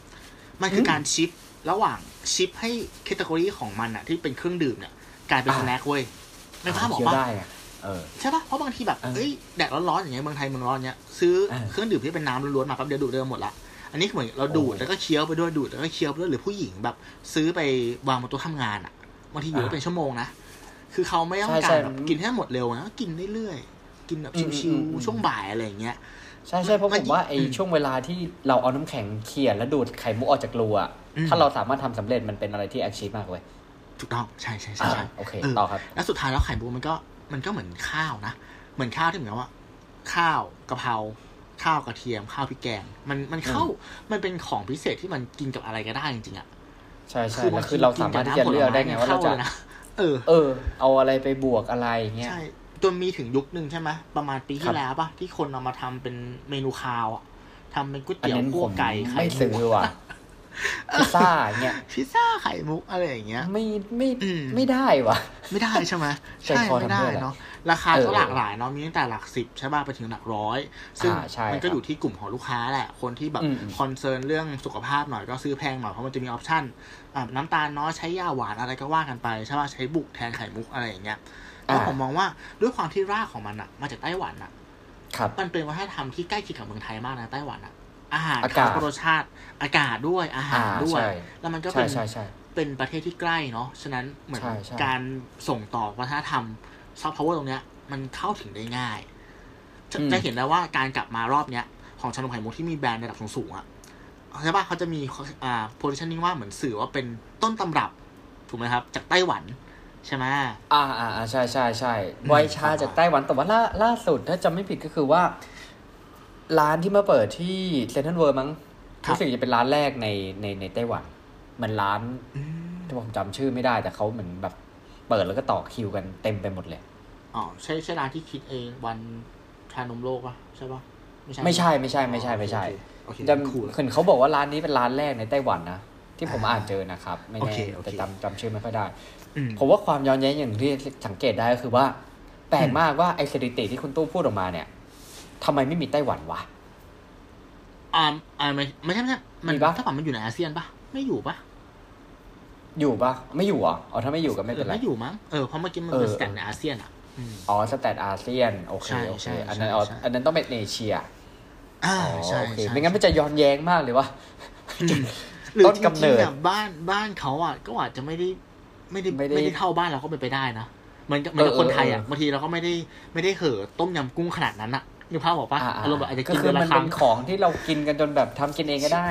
มันคือการชิประหว่างชิปให้แคตตากรีของมันอะที่เป็นเครื่องดื่มเนี่ยกลายเป็น
อ่า
สแน็คเว้ยไม่พลาดบอก
เคี้ยว
ว่า
ได้อะเออ
ใช่ปะเพราะบางทีแบบ
เออ
เอ้ย แดดร้อนๆอย่างเงี้ย เมืองไทยเมืองร้อนเนี้ย ซื้อ
เออ
เครื่องดื่มที่เป็นน้ำล้วนๆมาแป๊บเดียวดูดเดิมหมดละ อันนี้คือเหมือนเรา
โอ้
ดูดแล้วก็เคี้ยวไปด้วยดูดแล้วก็เคี้ยวไปด้วยหรือผู้หญิงแบบ ซื้อไปวางบนโต๊ะทำงานอ่ะ บางทีอยู่ก็เป็นชั่วโมงนะ คือเขาไม่ต้องการแบบกินให้หมดเร็วนะ กินเรื่อยๆ กินแบบชิวๆช่วงบ่ายอะไรอย่างเงี้ย
ใช่ใช่เพราะ
มั
ผ
น
มว่าไอ้
อืม
ช่วงเวลาที่เราเอาน้ำแข็งเขี่ยแล้วดูดไข่มุกออกจากรูอะ
อืม
ถ้าเราสามารถทำสำเร็จมันเป็นอะไรที่แอคชีพมากเว้ย
ถูกต้อง ใช่ใช่ใช่
อ่า
ใช่
โอเค
เออ
ต่อครับ
แล้วสุดท้ายแล้วไข่มุกมันก็มันก็เหมือนข้าวนะ เหมือนข้าวที่เหมือนกับว่า ข้าวกะเพราข้าวกระเทียม ข้าวพริกแกง มันมันเข้ามันเป็นของพิเศษที่มันกินกับอะไรก็ได้จริงๆอ่ะ
ใช่ใช่
มั
แล้วคือเราสามารถที่จะเลือกได้ไงว่าเราจะ
นะเออ
เออ เอาอะไรไปบวกอะไรเงี้ย
ใช่จนมีถึงยุคหนึ่งใช่ไหมประมาณปี
ครั
ที่
บ
แล้วป่ะที่คนเอามาทำเป็นเมนูคาวอ่ะทำเป็นก๋วย
อัน
เตี๋ยว
นั้น
คั่
ผ
ว
ม
ไก่ไข่
ไม่
มุ
ซื้อก ว่ะพิซซ่าเงี้ย
พิซซ่าไข่มุกอะไรอย่างเงี้ย
ไม่ไม่
อืม
ไม่ได้ว่ะ
ไม่ได้ใช่ไหม
ใจคอ
ไม่
ทำ
ได้
ด้วยเหรอ
เนาะราคา
เออ
ก็หลากหลายเนาะมีตั้งแต่หลักสิบใช่ป่ะไปถึงหลักร้อย ซึ่ง
อ่าใช่
มันก็
ครับ
อยู่ที่กลุ่มของลูกค้าแหละ คนที่แบบ
อืมอืม
คอนเซิร์นเรื่องสุขภาพหน่อยก็ซื้อแพงหน่อย เพราะมันจะมีออปชั่นอ่ะน้ำตาลน้อยใช้ยาหวานอะไรก็ว่ากันไปใช่ป่ะใช้บุกแทนไข่มุกอะไรอย่างเงี้ยแล้วผมมองว่าด้วยความที่รากของมันอะมาจากไต้หวันอะ
ครับ
มันเป็นวัฒนธรรมที่ใกล้เคียงกับเมืองไทยมากนะไต้หวันอะอาหาร
อากาศ
ทงรสชาติอากาศด้วยอาหา
อ่าร
ด้วย
ใช่
แล้วมันก็
ใช่
เป็น
ใช่ใช่
เป็นประเทศที่ใกล้เนาะ ฉะนั้นเหมือน
ใช่ใช่
การส่งต่อวัฒนธรรมซอฟต์พาวเวอร์ตรงเนี้ย มันเข้าถึงได้ง่าย จะจะเห็นได้ว่าการกลับมารอบเนี้ย ของชานมไข่มุกที่มีแบรนด์ระดับสูงๆอะใช่ปะเขาจะมีอ่า positioning ว่าเหมือนสื่อว่าเป็นต้นตำรับ ถูกไหมครับ จากไต้หวัน ใช่ไหม
อ่าอ่าอ่าใช่ใช่ใช่
อืม
ไวชาจากไต้หวันแต่ว่าล่าล่าสุดถ้าจำไม่ผิดก็คือว่า ร้านที่มาเปิดที่เซนทรัลเวิร์มั้ง
ครับ
รู้สึกจะเป็นร้านแรกในในในไต้หวันเหมันร้าน
อืม
ที่ผมจำชื่อไม่ได้แต่เขาเหมือนแบบเปิดแล้วก็ต่อคิวกันเต็มไปหมดเลย
อ๋อใช่ใช่ร้านที่คิดเองวันชานมโลกปะใช่ปะ
ไม่ใช่ไม่ใช่ไม่ใช่ไม่ใช่
โอเค
จำ
โอเคโอเค
เห็นเขาบอกว่าร้านนี้เป็นร้านแรกในไต้หวันนะที่ผมอ่านเจอนะครับ ไม่
โอ
แน่
เคโอเค
แต่จำจำชื่อไม่ค่อยได้
อืม
ผมว่าความย้อนแย้งอย่างที่สังเกตได้ก็คือว่า แปลก
อืม
มากว่าไอสถิติที่คุณตู้พูดออกมาเนี่ยทำไมไม่มีไต้หวันวะ
อ่าอ่าไม่ไม่ใช่ไม่ใช่มัน
มีปะ
ถ้าป่ามันอยู่ในอาเซียนปะไม่อยู่ปะ
อยู่ปะไม่อยู่เหรออ๋อถ้าไม่อยู่ก็ไม่เป็นไร
ไม่อยู่มั้ง เออ เพราะเมื่อกี้มันเป็น
เออ
สแตนในอาเซียนอ่ะอืม
อ๋อสแตทอาเซียนโอเค
ใช่
โอเค
ใช่
อันนั้น
ใช่
อ๋อ
ใช่
อันนั้นต้องเป็นเอเชีย
อ่า
อ๋อ
ใช่
โอเค
ใช่
ไม่งั้นมันจะย้อนแย้งมากเลยว่า
หรือ
ต้น
จริ
กำเนิ
ง
ด
ๆอ่ะบ้านบ้านเขาอ่ะ ก็อาจจะไม่ได้ ไม่ได้
ไม่
ไม่
ได้
ได้เท่าบ้านเราก็เป็นไปได้นะเหมันก็เหมันกับ
เออ
คนไทยอ่ะ
เออ
บางทีเราก็ไม่ได้ไม่ได้เห่อต้มยำกุ้งขนาดนั้นอ่ะนึกภาพออกปะ
อ่า
อารมณ์แบบอาจจะ
ก็
กิน
คื
เดื
อ
อน
มั
ละ
น
ค
เป็
รั้ง
นของที่เรากินกันจนแบบทำกินเองก็ได้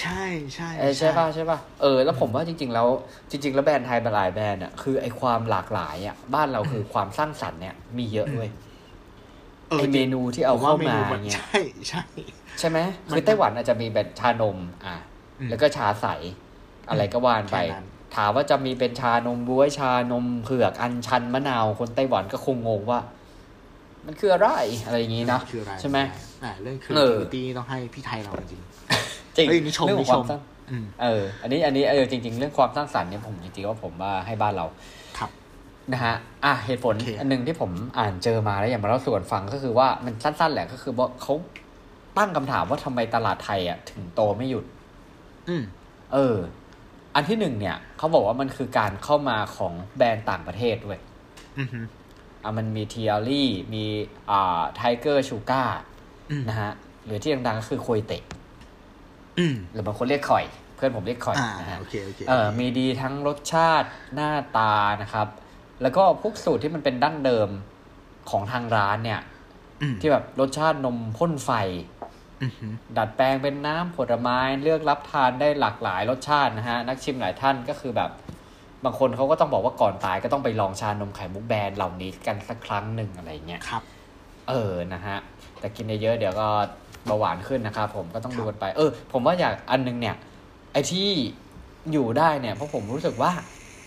ใช่ใช่
เออใช่ป่ะใช่ป่ะเออแล้วผมว่าจริง ๆ แล้วจริง ๆ แล้วแบรนด์ไทยหลายแบรนด์อ่ะคือไอความหลากหลายอ่ะบ้านเราคือความสร้างสรรค์เนี่ยมีเยอะเว้ย
เออ
ไอเมนูที่เอา
ผมว่
เข้า
เม
มา
นูน
เนี่ย
*laughs* ใช่ใช่
ใช่ไหม
มัน
คือไต้หวันอาจจะมีแบบชานม อ่ะ
อืม
แล้วก็ชาใส อะไรก็ว่านไป
แค่นั้น
ถามว่าจะมีเป็นชานมบ้วยชานมเผือกอันชันมะนาวคนไต้หวันก็คงงงว่า มันคืออะไรอะไรอย่างนี้นะ
คืออะไร
ใช่ไหม
อ่าเรื่องคือ
เออ
ตีต้องให้พี่ไทยเราจริง
จริง
เอ้ยนี่ชม
เรื่องขอ
นี่
งค
ช
วาม
ม
สร้าง
ๆอืม
เออ อันนี้อันนี้เออจริง ๆ เรื่องความสร้างสรรค์เนี่ยผมจริงๆว่าผมว่าให้บ้านเรา
ครับ
นะฮะ อ่ะ เหตุผล
โอเค
อันหนึ่งที่ผมอ่านเจอมาแล้วอยากมาเล่าส่วนฟังก็คือว่ามันสั้นๆ แหละก็คือว่าเขาตั้งคำถามว่าทำไมตลาดไทยอ่ะถึงโตไม่หยุด
อืม
เออ อันที่หนึ่งเนี่ยเขาบอกว่ามันคือการเข้ามาของแบรนด์ต่างประเทศด้วย
อือหือ
อ่ะมันมีเทียรี่ มีอ่าไทเกอร์ชูก้า
อืม
นะฮะ หรือที่ดังๆก็คือโคยเตะ
อืม
หรือบางคนเรียกข่อย เพื่อนผมเรียกข่อย
อ่า
นะฮะ
โอเคโอเค
เออมีดีทั้งรสชาติหน้าตานะครับ แล้วก็พวกสูตรที่มันเป็นดั้งเดิมของทางร้านเนี่ย
อืม
ที่แบบรสชาตินมพ่นไฟ
อือหือ
ดัดแปลงเป็นน้ำผลไม้เลือกรับทานได้หลากหลายรสชาตินะฮะ นักชิมหลายท่านก็คือแบบ บางคนเขาก็ต้องบอกว่าก่อนตายก็ต้องไปลองชานมไข่มุกแบรนด์เหล่านี้กันสักครั้งหนึ่งอะไรเงี้ย
ครับ
เออ นะฮะ แต่กินเยอะๆเดี๋ยวก็เบาหวานขึ้นนะครับผมก็ต้อง
ครับ
ดูกันไป เออ ผมว่าอยากอันนึงเนี่ย ไอ้ที่อยู่ได้เนี่ย เพราะผมรู้สึกว่า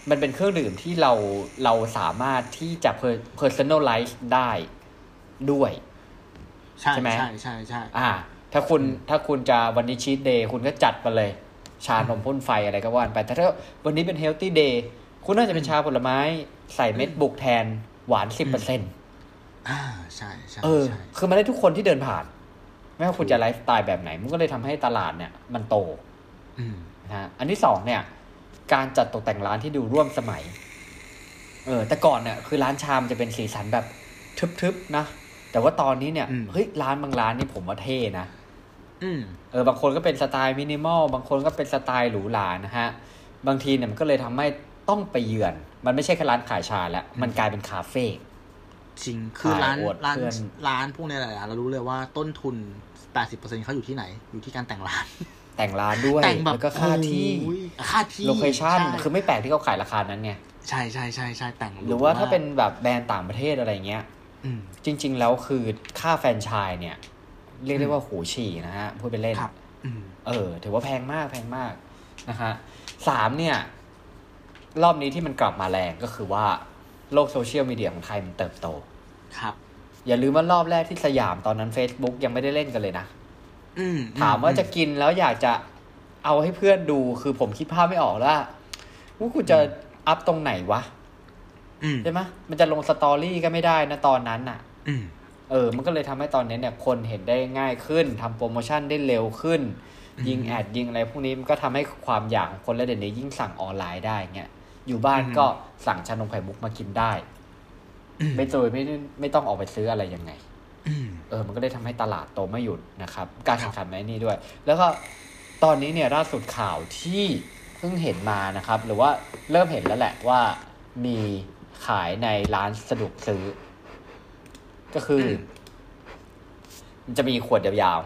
มันเป็นเครื่องดื่มที่เราเราสามารถที่จะ per- personalize ได้ด้วย
ใช่
ใช่ไหม
ใช่ใช่ใช่
อ่า ถ้าคุณถ้าคุณจะวันนี้ชีตเดย์คุณก็จัดมาเลย ชานมพ่นไฟอะไรก็ว่านไป แต่ถ้าวันนี้เป็นเฮลตี้เดย์คุณน่าจะเป็นชาผลไม้ใส่เม็ดบุกแทนหวานสิบเปอร์เซ็นต์
อ่าใช่ใช่
เออ
ใช่
คือมันได้ทุกคนที่เดินผ่าน ไม่ว่าคุณจะไลฟ์สไตล์แบบไหน มันก็เลยทำให้ตลาดเนี่ย มันโต
อืม
นะฮะ อันที่สองเนี่ย การจัดตกแต่งร้านที่ดูร่วมสมัย เออ แต่ก่อนเนี่ยคือร้านชามนจะเป็นสีสันแบบทึบๆนะ แต่ว่าตอนนี้เนี่ย เฮ้ย ร้านบางร้านนี่ผมว่าเท่นะ
อืม
เออบางคนก็เป็นสไตล์มินิมอล บางคนก็เป็นสไตล์หรูหรานะฮะ บางทีเนี่ยมันก็เลยทำให้ต้องไปเยือน มันไม่ใช่แค่ร้านขายชาแล้ว มันกลายเป็นคาเฟ่
จริงคือร้าน
อวด
ร้าน
เพื่อน
ร้านพวกเนี้แหละเรารู้เลยว่าต้นทุน 80%เขาอยู่ที่ไหน อยู่ที่การแต่งร้าน
แต่งร้านด้วย
แต่งแบบ
แล้วก็ค่าที่
โอ้ยค่าที่
โลเคชัน
ใช่
คือไม่แปลกที่เขาขายราคานั้นไง
ใช่ใช่ใช่ใช่แต่ง
หรือว่าถ้าเป็นแบบแบรนด์ต่างประเทศอะไรเงี้ย
อืม
จริง ๆ แล้วคือค่าแฟรนไชส์เนี่ย เรียกได้ว่าโหูฉี่นะฮะ พูดเป็นเล่น
ครับ อืม
เออ ถือว่าแพงมากแพงมากนะฮะสามเนี่ย รอบนี้ที่มันกลับมาแรงก็คือว่าโลกโซเชียลมีเดียของไทยมันเติบโต
ครับ
อย่าลืมว่ารอบแรกที่สยามตอนนั้น Facebook ยังไม่ได้เล่นกันเลยนะ
อืม
ถามว่าจะ
อื
กินแล้วอยากจะเอาให้เพื่อนดู คือผมคิดภาพไม่ออกแล้วว่าว่ากูจะอัพตรงไหนวะ
อืม
ใช่ไหมมันจะลงสตอรี่ก็ไม่ได้นะตอนนั้นน่ะ
อืม
เออ มันก็เลยทำให้ตอนนี้เนี่ย คนเห็นได้ง่ายขึ้น ทำโปรโมชั่นได้เร็วขึ้น ยิงแอดยิงอะไรพวกนี้มันก็ทำให้ความอยากของคนและเดี๋ยวนี้ยิ่งสั่งออนไลน์ได้เงี้ย อยู่บ้าน
อืม
ก็สั่งชานมไข่มุกมากินได้ ไม่ตัวไม่ได้ไม่ต้องออกไปซื้ออะไรยังไง
อืม
เออ มันก็ได้ทำให้ตลาดโตไม่หยุดนะครับ การแข่งขันไอ้นี่ด้วย แล้วก็ตอนนี้เนี่ยล่าสุดข่าวที่เพิ่งเห็นมานะครับ หรือว่าเริ่มเห็นแล้วแหละว่ามีขายในร้านสะดวกซื้อ ก็คืออ
ม
มันจะมีขวดยาว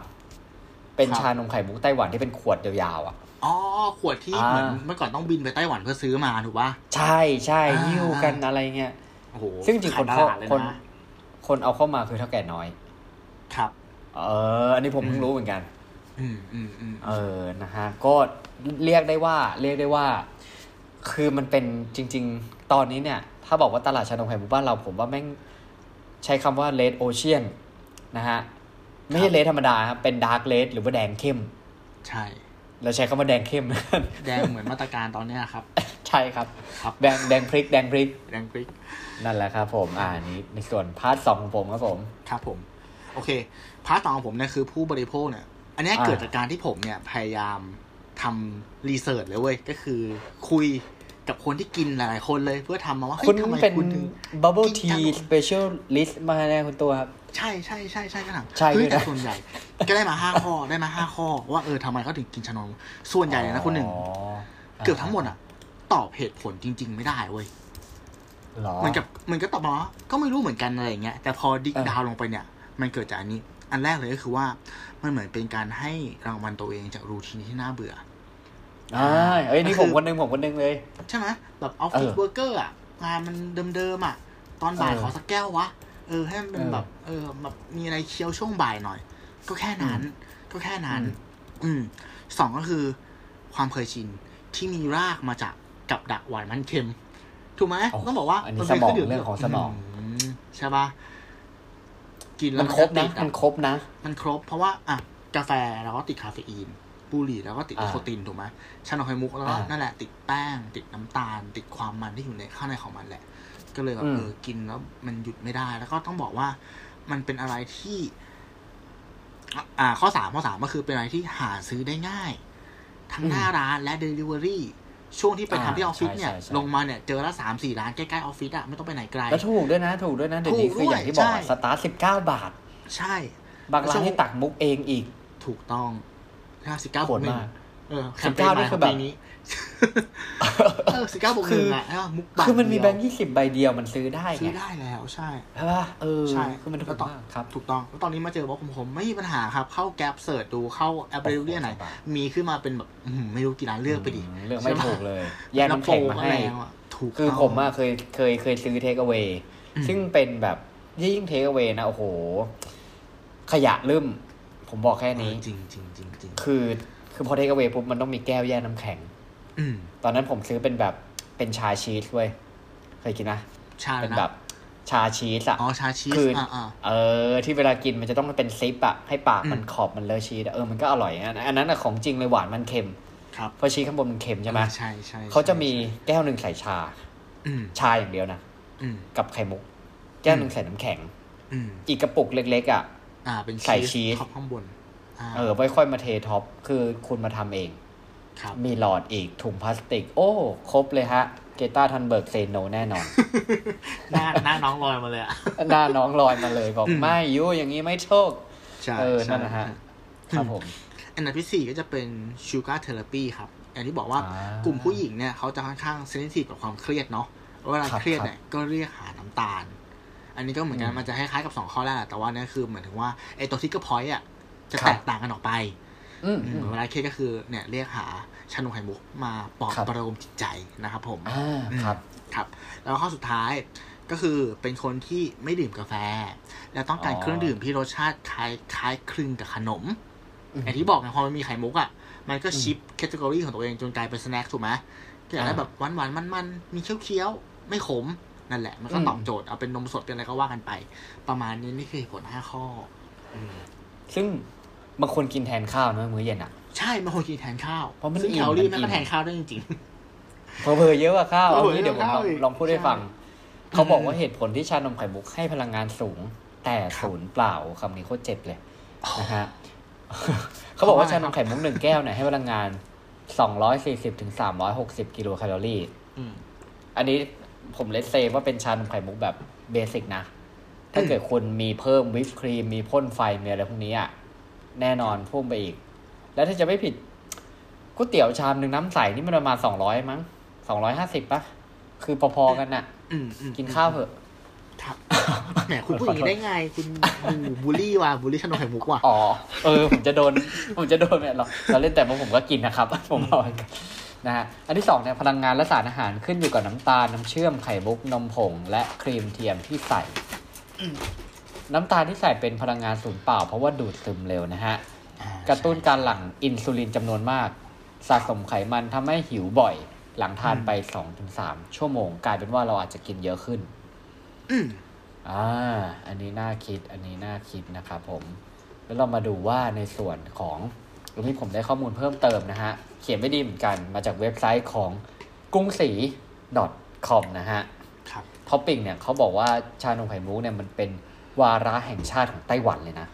ๆ เป็น
ครับ
ชานมไข่มุกไต้หวันที่เป็นขวดยาวๆอ่ะ
อ๋อ ขวดที่
อ่า
เหมือนเมื่อก่อนต้องบินไปไต้หวันเพื่อซื้อมาถูกป่ะ
ใช่ใช่
อ่า
ยิ้วกันอะไรเงี้ย
โอ้โห
ซึ่งจริงๆคน
ขยต
เข้า
ลดเลย
คน
นะ
คนเอาเข้ามาคือเท่าแก่น้อย
ครับ
เออ อันนี้ผมเพิ่งรู้เหมือนกัน
อืมอืมอืม
เออ นะฮะ ก็เรียกได้ว่า เรียกได้ว่า คือมันเป็นจริง ๆ ตอนนี้เนี่ย ถ้าบอกว่าตลาดชานมไข่มุกบ้านเราผมว่าแม่งใช้คำว่าเลดโอเชียนนะฮะ ไม่ใช่เลดธรรมดาครับ เป็นดาร์กเลดหรือว่าแดงเข้ม
ใช่
เราใช้คำว่าแดงเข้ม *laughs*
แดงเหมือนมาตรการตอนเนี้ยครับ
ใช่ครับ
ครับ
แดงแดงพริก แดงพริก
แดงกริก
นั่นแหละครับผม อ่านี้ในส่วนพาร์ทสองของผมครับผม
ครับผม โอเค พาร์ทต่อของผมเนี่ยคือผู้บริโภคเนี่ย อันเนี้ย
อ่า
เกิดจากการที่ผมเนี่ย พยายามทำรีเสิร์ชเลยเว้ย ก็คือคุยกับคนที่กินหลายๆคนเลยเพื่อทำมาว่าฮ้ย
คุณ
ทำไม
เป็น
คุณถึง
บับเบิล
กิน
ที
จัง
สเปเชียลลิสต์มาแน่คุณตัวครับ
ใช่ใช่ใช่ใช่ก็ถาม
ใช่
เฮ้ย
ด้วยนะ
แต่ส่วนใหญ่ ก็ได้มาห้าข้อได้มาห้าข้อ ว่าเออทำไมเขาถึงกินชานมส่วนใหญ่เลยนะคนหนึ่ง
อ๋อ
เกือบทั้งหมดอ่ะ ตอบเหตุผลจริง ๆ ไม่ได้เว้ย
หรอ
เหมือนกับเหมือนก็ตอบมาว่าก็ไม่รู้เหมือนกันอะไรอย่างเงี้ยแต่พอดิก
เออ
ดาวลงไปเนี่ย มันเกิดจากอันนี้ อันแรกเลยก็คือว่ามันเหมือนเป็นการให้รางวัลตัวเองจากรูทีนที่น่าเบื่อ
อ่าเอ้ยนี่
ก็
ผ
คือ
มคนหนึงผมคนหนึงเลย
ใช่ไหมแบบออฟฟิศ
เออ
เวิร์กเกอร์อ่ะงานมันเดิมๆอ่ะ ตอนบ่าย
เออ
ขอสักแก้ววะ เออให้มันเป็น
เออ
แบบ เออแบบมีอะไรเคี้ยวช่วงบ่ายหน่อย ก็แค่นั้น ก็แค่นั้น
อืม
อืมสองก็คือ ความเคยชินที่มีรากมาจากกับดักหวานมันเค็ม ถูกไหม
โอ้
ต้องบอกว่า
อันนี้
มั
ส
ป็
มอง
คดื่
เรื่องของสมอง
มใช่ปะกินแล้ว
มันครบ
ก็
นะ
ติดอ
มันครบนะ
มันครบเพราะว่า อ่ะ กาแฟเราก็ติดคาเฟอีน บุหรี่เราก็ติด
อ่า
นิโคตินถูกไหมชานมไข่มุกแล้วก็
อ่านั่
นั่นแหละ ติดแป้ง ติดน้ำตาล ติดความมันที่อยู่ในข้างในของมันแหละ ก็เลยแบบ
อืม
เออกินแล้วมันหยุดไม่ได้ แล้วก็ต้องบอกว่ามันเป็นอะไรที่ อ่า ข้อสามข้อสามก็คือเป็นอะไรที่หาซื้อได้ง่าย ทั้งหน้าร้านและ Delivery ช่วงที่ไปทำที่อ
อ่า
อฟฟิศเนี่ย
ใช่ใช่ใช่
ลงมาเนี่ย เจอละสามสี่ร้านใกล้ๆออฟฟิศอะไม่ต้องไปไหนไกล
แล้วถูกด้วยนะ ถูกด้วยนะเดี๋ยวนี้
ถู
คื
ก
อ
ด้วย
อย่างที่บอก
ใช่
อะสตาร์ทสิบเก้าบาท
ใช่
บางร้านให้ตักมุกเองอีก
ถูกต้องห้าสิบเก้า
โหดมาก
เออแค
สิ
ม
บ
เปญ
เก้า
ใหม่
นี่
ข
คือ อง แบบ
ปีนี้ เออสิบเก้าบวกหนึ่งอ่ะเออมุกบาท
คือมันมีแบง
เดียว
ค์ยี่สิบใบเดียวมันซื้อได้
ซื้
ไง
อได้แล้วใช่
ใช่ป่ะเออ
ใช่
คือมันถู
แล้ว
ก
ต่อ
มากครับ
ถูกต้องแล้วตอนนี้มาเจอว่าผมผมไม่มีปัญหาครับ เข้าแกลบเสิร์ชดูเข้าแอปเปิลเรียไหน
สบาย
มีขึ้นมาเป็นแบบอื้อหือไม่รู้กี่ร้านเลือกไปดิ
มเลือกไม่ถูกเลย แยก
น้ำ
น้ำ
โพ
แข็ง
ก็
มาให้
แรงอ่ะถูก
คือ
ต้ง
ผมอะเคยเคยเคยซื้อเทคเอา a ว
อืม
ซึ่งเป็นแบบยิ่งเทคเอา a วนะ โอ้โห ขยะลืม ผมบอกแค่
เออ
นี้
จริงจริงจริงจริง
คือคือพอเทคเอา a วปุ๊บมันต้องมีแก้วแยกน้ำแข็ง
อืม
ตอนนั้นผมซื้อเป็นแบบเป็นชาชีสเว้ยเคยกินนะ
ชา
เป็น
นะ
แบบชาชีสอะ
อ๋อชาชีส
คือ
อ่าอ่า
เออ ที่เวลากินมันจะต้องเป็นซิปอะให้ปากมัน
อืม
ขอบมันเลอะชีสอะเออมันก็อร่อยนะอันนั้นอะของจริงเลยหวานมันเค็ม
ครับ
เพราะชีสข้างบนมันเค็มใช่ไหม
เออใช่ใช่
เขาจะมี
ใช่
แก้วหนึ่งใส่ชา
อืม
ชาอย่างเดียวนะ
อืม
กับไข่มุก แก้วหนึ่งใส่น้ำแข็ง
อืม
อีกกระปุกเล็กๆอ่ะ
อ่าเป็น
ใส่ชีส
ท็อปข้างบนอ่า
เออไว้ค่อยมาเทท็อป คือคุณมาทำเอง
ครับ
มีหลอดอีกถุงพลาสติก โอ้ ครบเลยฮะ เกตาทันเบิร์กเซโนแน่นอน *laughs*
หน้าหน้าน้องลอยมาเลยอ่ะ
หน้าน้องลอยมาเลยบอก
อืม
ไม่ยูอย่างนี้ไม่โชค
ใช่
เออ
ใช่
นั่นนะฮะ ครับผม
อันดับที่สี่ก็จะเป็นชูการ์เทอราปีครับอย่างที่บอกว่า
อ่าก
ลุ่มผู้หญิงเนี่ยเขาจะค่อนข้างเซนซิทีฟกับความเครียดเนาะเวลา
ครับ
เครียดเนี่ยก็เรียกหาน้ำตาล อันนี้ก็เหมือนกั
อื
น
ม
มันจะคล้ายๆกับสองข้อแรกแหละแต่ว่าเนี่ยคือเหมือนถึงว่าไอ้ตัวที่ก็พอยต์อ่ะจะ
ครับ
แตกต่างกันออกไป
อืม
อื
อื
ม
ม
เวลาเครียดก็คือเนี่ยเรียกหาชานมไข่มุกมาปลอบ
ครับ
ประโลมจิตใจนะครับผม
อ่า ครับ
ครับ แล้วข้อสุดท้ายก็คือเป็นคนที่ไม่ดื่มกาแฟ และต้องการ
อ๋อ
เครื่องดื่มที่รสชาติคล้ายคล้ายคลึงกับขนม
อืม
อย่างที่บอกไงพอมันมีไข่มุกอ่ะ มันก็ชิปแคตตากรีของตัวเองจนกลายเป็นสแน็คถูกไหมก็อยากได้
อ่า
แบบหวานหวานมันมันๆมีเคี้ยวเคี้ยวๆไม่ขม นั่นแหละ มันก็
อืม
ตอบโจทย์เอาเป็นนมสดเป็นอะไรก็ว่ากันไป ประมาณนี้นี่คือเหตุผลห้าข้อ
ซึ่งบางคนกินแทนข้าวนะมื้อเย็นอ่ะ
ใช่มาโฮกินแทนข้าว
เพราะมัน
ซึ่ง
อิ่
แค
ม
ลอรี่
มั
มัน
อิ่
นก็
ม
แทนข้าวได้จริง
เผลอๆเยอะกว่าข้าว
เผลอๆ
เอางี้เดี๋ยวผมลอง
เยอะกว่าข้าวอีก
ลองพูดให้ฟัง
ใช่
เขาบอก
อืม
ว่าเหตุผลที่ชานมไข่มุกให้พลังงานสูง แต่
ครับ
ศูนย์เปล่าคำนี้โคตรเจ็บเลยนะฮะ *laughs* เขาบอกว่า
เพราะอะไร
ชานมไข่มุกหนึ่งแก้วเนี่ยให้พลังงาน 240ถึง360 กิโลแคลอรี่
ๆอืม
อันนี้ผมเลสเซว่าเป็นชานมไข่มุกแบบเบสิกนะ ถ้าเกิดคุณมีเพิ่มวิปครีม มีพ่นไฟ มีอะไรพวกนี้อ่ะ แน่นอนพุ่งไปอีก แล้วถ้าจะไม่ผิดก๋วยเตี๋ยวชามหนึ่งน้ำใสนี่มันประมาณสองร้อยมั้งสองร้อยห้าสิบปะคือพอๆกันน่ะ
อืมอืม
กินข้าวเถอะ
ครับแหมคุณพูดอย่างนี้ได้ไง คุณบูบูลลี่ว่ะบูลลี่ชานมไข่มุกว่ะ
อ๋อ เออ ผมจะโดน *laughs* ผมจะโดนเนี่ยเราเราเล่นแต่ว่าผมก็กินนะครับ *laughs* ผมบอกไว้ก่อนนะฮะ อันที่สองเนี่ยพลังงานและสารอาหารขึ้นอยู่กับน้ำตาล น้ำเชื่อมไข่มุกนมผง และครีมเทียมที่ใส่ น้ำตาลที่ใส่เป็นพลังงานศูนย์เปล่า เพราะว่าดูดซึมเร็วนะฮะ กระตุ้นการหลั่งอินซูลินจำนวนมาก สะสมไขมันทำให้หิวบ่อย หลังทานไป 2-3 ชั่วโมง กลายเป็นว่าเราอาจจะกินเยอะขึ้น
อืม
อ่า อันนี้น่าคิด อันนี้น่าคิดนะครับผม แล้วเรามาดูว่าในส่วนของวันนี้ผมได้ข้อมูลเพิ่มเติมนะฮะ เขียนไม่ดีเหมือนกัน มาจากเว็บไซต์ของกรุงศรี .com นะฮะ
ครับ
ท็อปปิ้งเนี่ยเขาบอกว่าชานมไข่มุกเนี่ยมันเป็นวาระแห่งชาติของไต้หวันเลยนะ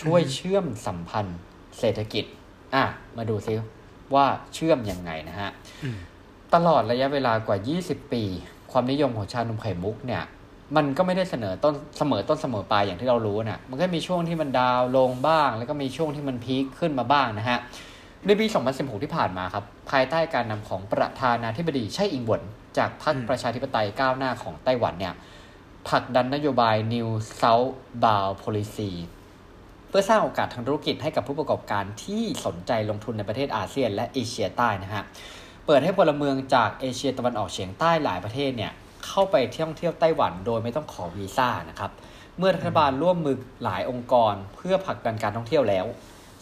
ช่วยเชื่อมสัมพันธ์เศรษฐกิจ อ่ะ มาดูซิว่าเชื่อมยังไงนะฮะ
อืม
ตลอดระยะเวลากว่า 20 ปี ความนิยมของชานมไข่มุกเนี่ย มันก็ไม่ได้เสนอต้นเสมอต้นเสมอปลายอย่างที่เรารู้นะมันก็มีช่วงที่มันดาวน์ลงบ้าง แล้วก็มีช่วงที่มันพีคขึ้นมาบ้างนะฮะ ในปี 2016 ที่ผ่านมาครับ ภายใต้การนำของประธานาธิบดีไช่อิงหวนจากพรรค
อืม
ประชาธิปไตยก้าวหน้าของไต้หวันเนี่ยผลักดันนโยบาย New South Bound Policy เพื่อสร้างโอกาสทางธุรกิจให้กับผู้ประกอบการที่สนใจลงทุนในประเทศอาเซียนและเอเชียใต้นะฮะ เปิดให้พลเมืองจากเอเชียตะวันออกเฉียงใต้หลายประเทศเนี่ยเข้าไปท่องเที่ยวไต้หวันโดยไม่ต้องขอวีซ่านะครับ เมื่อรัฐบาลร่วมมือหลายองค์กร เพื่อผลักดันการท่องเที่ยวแล้ว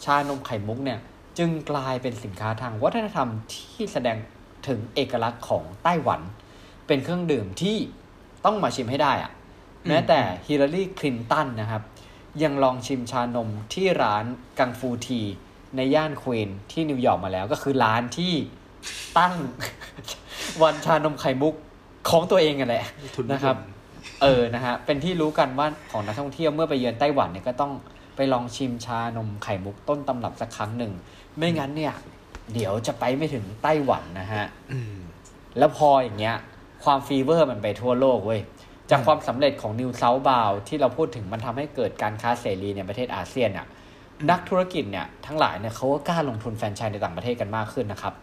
ชานมไข่มุกเนี่ย จึงกลายเป็นสินค้าทางวัฒนธรรมที่แสดงถึงเอกลักษณ์ของไต้หวัน เป็นเครื่องดื่มที่ต้องมาชิมให้ได้อะแม้แต่ฮิลลารีคลินตันนะครับ ยังลองชิมชานมที่ร้านกังฟูที ในย่านควีนที่นิวยอร์กมาแล้วก็คือร้านที่ตั้ง *laughs* วันชานมไข่มุกของตัวเองกันแหละ
ทุน
นะครับ เออ นะฮะ เป็นที่รู้กันว่าของนักท่องเที่ยวเมื่อไปเยือนไต้หวันเนี่ยก็ต้องไปลองชิมชานมไข่มุกต้นตำรับสักครั้งหนึ่ง ไม่งั้นเนี่ย เดี๋ยวจะไปไม่ถึงไต้หวันนะฮะ
อืม
แล้วพออย่างเงี้ย ความฟีเวอร์มันไปทั่วโลกเว้ย จากความสำเร็จของนิวเซา h บาวที่เราพูดถึงมันทำให้เกิดการค้าเสรีในประเทศอาเซียนน่ะ นักธุรกิจเนี่ยทั้งหลายเนี่ยเขาก็กล้าลงทุนแฟรนไชส์ในต่างประเทศกันมากขึ้นนะครับ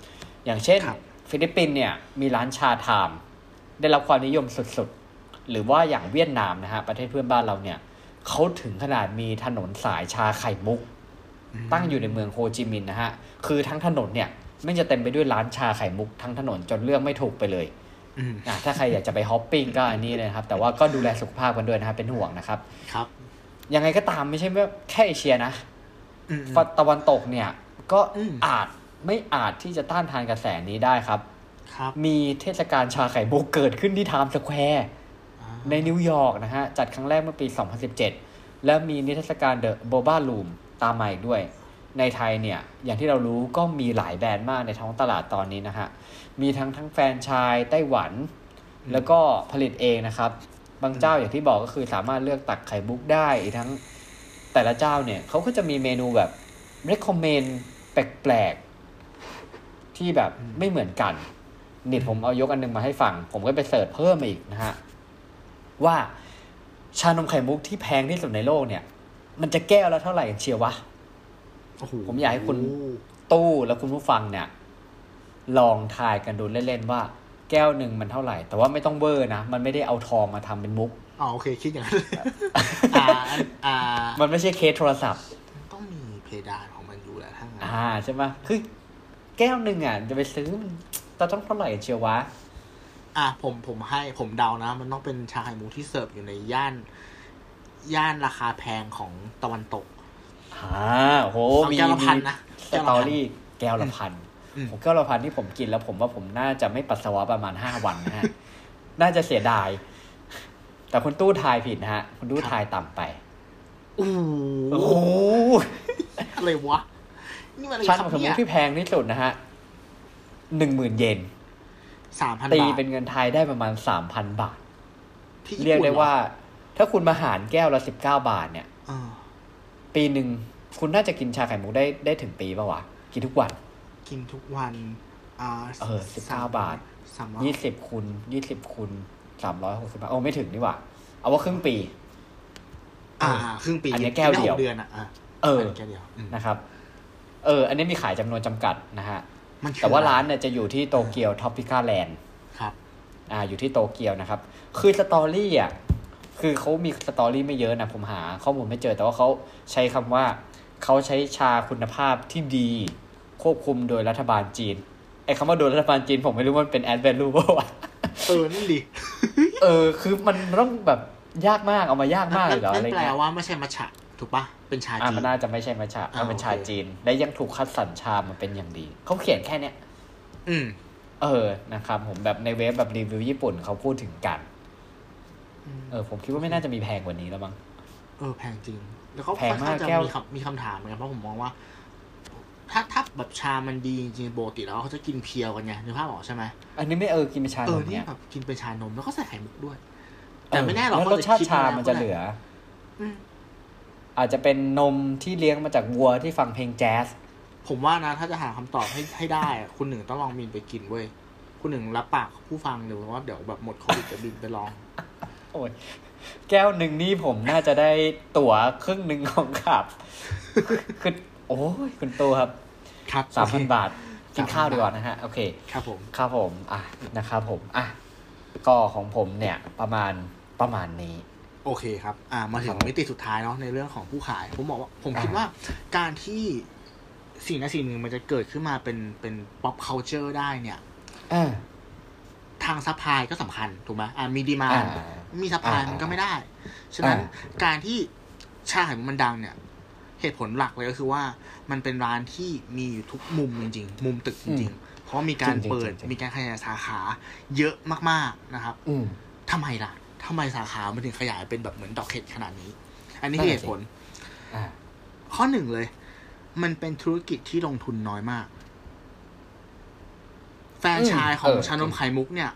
อย่างเช่น
ครับ
ฟิลิปปินส์เนี่ยมีร้านชาไทามได้รับความนิยมสุดๆ หรือว่าอย่างเวียดนามนะฮะประเทศเพื่อนบ้านเราเนี่ยเขาถึงขนาดมีถนนสายชาไข่มุก ตั้งอยู่ในเมืองโฮจิมินห์นะฮะ คือทั้งถนนเนี่ยไม่งจะเต็มไปด้วยร้านชาไข่มุกทั้งถนนจนเลือกไม่ถูกไปเลย
อืม
อ่ะถ้าใครอยากจะไปฮอปปิ้งก็อันนี้เลยนะครับ แต่ว่าก็ดูแลสุขภาพกันด้วยนะครับเป็นห่วงนะครับ
ครับ
ยังไงก็ตามไม่ใช่ว่าแค่เอเชียนะ
อืม
ฝั่งตะวันตกเนี่ยก็
อืม
อาจไม่อาจที่จะต้านทานกระแสนี้ได้ครับ
ครับ
มีเทศกาลชาไข่มุกเกิดขึ้นที่ไทม์สแควร์
อ่า
ในนิวยอร์กนะฮะ จัดครั้งแรกเมื่อปี 2017 และมีนิทรรศการเดอะโบบ้า o ูมตามมาอีกด้วย ในไทยเนี่ย อย่างที่เรารู้ก็มีหลายแบรนด์มากในท้องตลาดตอนนี้นะฮะ มีทั้งทั้งแฟรนไชายไต้หวัน แล้วก็ผลิตเองนะครับ บางเจ้าอย่างที่บอกก็คือสามารถเลือกตักไข่บุกได้อีกทั้งแต่ละเจ้าเนี่ยเขาก็จะมีเมนูแบบ recommend แปลกๆ ที่แบบไม่เหมือนกันนี่ผมเอายกอันหนึงมาให้ฟัง ผมก็ไปเสิร์ชเพิ่มมาอีกนะฮะ ว่าชานมไข่มุกที่แพงที่สุดในโลกเนี่ย มันจะแก้วละเท่าไหร่กันเชียววะ
โอ้โห
ผมอยากให้คุณ ตู้และคุณผู้ฟังเนี่ย ลองทายกันดูเล่นๆว่า แก้วหนึ่งมันเท่าไหร่ แต่ว่าไม่ต้องเวอร์นะ มันไม่ได้เอาทองมาทำเป็นมุก
อ๋อโอเคคิดอย่างนั้นเลยอ่าอ่า
มันไม่ใช่เคสโทรศัพท์
ต้องมีเพดานของมันอยู่แหละทั้างนั้น
อ่าใช่ไหมคือแก้วหนึ่งอ่ะจะไปซื้อมันจะต้องเท่าไหร่กันเชียววะ
อ่าผมผมให้ผมเดานะ มันต้องเป็นชาไข่มุกที่เสิร์ฟอยู่ในย่าน ย่านราคาแพงของตะวันตก
อ่าโอ้โห
เอา
มี
แก้วละพัน
มี
นะ
สตอรี่แก้วละพัน
อืม
ผมแก้วละพันที่ผมกินแล้วผมว่าผมน่าจะไม่ปัสสาวะประมาณห้าวันนะ
*laughs*
ฮะ น่าจะเสียดาย แต่คุณตู้ทายผิดนะฮะ คุณตู้ทายต่ำไป
อู้
โอ้โห
หูอะไรวะ นี่มันอะไร
ชั้น
ค
ข
รับ
องสมมุ
เนี่
ติ
ย
ที่แพงที่สุดนะฮะหนึ่งหมื่นเยน
สามพัน
ตี
บาท
เป็นเงินไทยได้ประมาณสามพันบาท
ที่
เรียก
ปุ่น
ได้
หอ
ว่า ถ้าคุณมาหารแก้วละสิบเก้าบาทเนี่ย
เออ
ปีหนึ่งคุณน่าจะกินชาไข่มุกได้ได้ถึงปีป่าวะ กินทุกวัน
กินทุกวัน อ่า
เออ19
สม
บาท
สามร้อ
ยี่สิบคูณยี่สิบคูณสามร้อยหกสิบโอ้ไม่ถึงนี่หว่า เอาว่าครึ่งปี
อ่าอ่าครึ่งปี
อันเนี้ยแก้วเดียว
หกเดือนอ่ะะ
เอออั
นนี้แก้วเดียวอืม
นะครับ เออ อันนี้มีขายจำนวนจำกัดนะฮะ
มันคือ
แต่ว่าร้านเนี่ยจะอยู่ที่โตเกียวท็อปปิก้าแลนด์
ครับ
อ่า อยู่ที่โตเกียวนะครับ คือสตอรี่อ่ะ คือเขามีสตอรี่ไม่เยอะนะ ผมหาข้อมูลไม่เจอ แต่ว่าเขาใช้คำว่า เขาใช้ชาคุณภาพที่ดี ควบคุมโดยรัฐบาลจีน ไอ้คำว่าโดยรัฐบาลจีนผมไม่รู้ว่ามันเป็นแอดแวนลูเปล่าวะ
เออนั่นดิ
เออ คือมันต้องแบบยากมาก เอามายากมากเลยเหรอ
นั่
อะ
น
ไร
แปล
เงี้ย
ว่าไม่ใช่มัชฉะถูกปะเป็นชา
อ่า
จี
มัน
น
น่าจะไม่ใช่มัชชา
อ่า
มันเป็นชา
โอเค
จีน และยังถูกคัดสรรชามาเป็นอย่างดี เขาเขียนแค่เนี้ย
อืม
เออ นะครับ ผมแบบในเว็บแบบรีวิวญี่ปุ่นเขาพูดถึงกัน เออ ผมคิดว่าไม่น่าจะมีแพงกว่านี้แล้วมั้ง
เออแพงจริง แล้วก็
แพงมาก
ค่อนข้จะ
แก้ว
มีคำมีคำถามเหมือนกันเพราะผมมองว่า ถ้าถ้าแบบชามันดีจริงๆปกติแล้วเขาจะกินเพียวกันไงนึกภาพออกใช่ไหม
อันนี้ไม่เออ กินเป็นชา
เอ
ห
อ
นึ่ง
นี่
เนี่ย
แบบกินเป็นชานมแล้วก็ใส่ไข่มุกด้วย แต่ไม่แน่หรอก
ล้วรสชาติชา มันจะเหลือ
อืม
อาจจะเป็นนมที่เลี้ยงมาจากวัวที่ฟังเพลงแจ๊ส
ผมว่านะ ถ้าจะหาคำตอบให้ให้ได้อะคุณหนึ่งต้องลองบินไปกินเว้ยคุณหนึ่งรับปากผู้ฟังเลยว่าเดี๋ยวแบบหมดโควิดจะบินไปลอง
โอ้ย แก้วหนึ่งนี่ผมน่าจะได้ตั๋วครึ่งหนึ่งของขับ *laughs* คือโอ้ยคุณตูครับ
ครับ
สามพันบาท กิน
3,000
ข้าวดีกว่านะฮะ โอเค
ครับผม
ครับผม อ่ะ นะครับผม อ่ะ ก็ของผมเนี่ยประมาณประมาณนี้
โอเคครับ อ่า มาถึ
ครั
ง
บ
มิติสุดท้ายเนาะในเรื่องของผู้ขาย ผมบอกว่า ผม
อ่า
คิดว่าการที่สิ่งใดสิ่งหนึ่งมันจะเกิดขึ้นมาเป็นเป็น pop culture ได้เนี่ย
อ่า
ทางซัพพลายก็สำคัญ ถูกไหมอ่ามีดีมา
อ่า
น มีสปาย
อ่ามั
มันก็ไม่ได้ ฉะนั้นการที่ชาไข่มุกมันดังเนี่ย เหตุผลหลักเลยก็คือว่า มันเป็นร้านที่มีอยู่ทุกมุมจริงๆ มุมตึกจริงๆ เพราะมีการ
จริงๆ
เปิด
จริงๆ
มีการขยายสาขาเยอะมากๆนะครับ
อืม
ทำไมล่ะ ทำไมสาขา มันถึงขยายเป็นแบบเหมือนดอกเห็ดขนาดนี้ อันนี้คือเหตุผล
อ่า
ข้อหนึ่งเลย มันเป็นธุรกิจที่ลงทุนน้อยมาก แฟรนไชาย
อืม
ของ
เออ
ชานม
จริง
ไข่มุกเนี่ย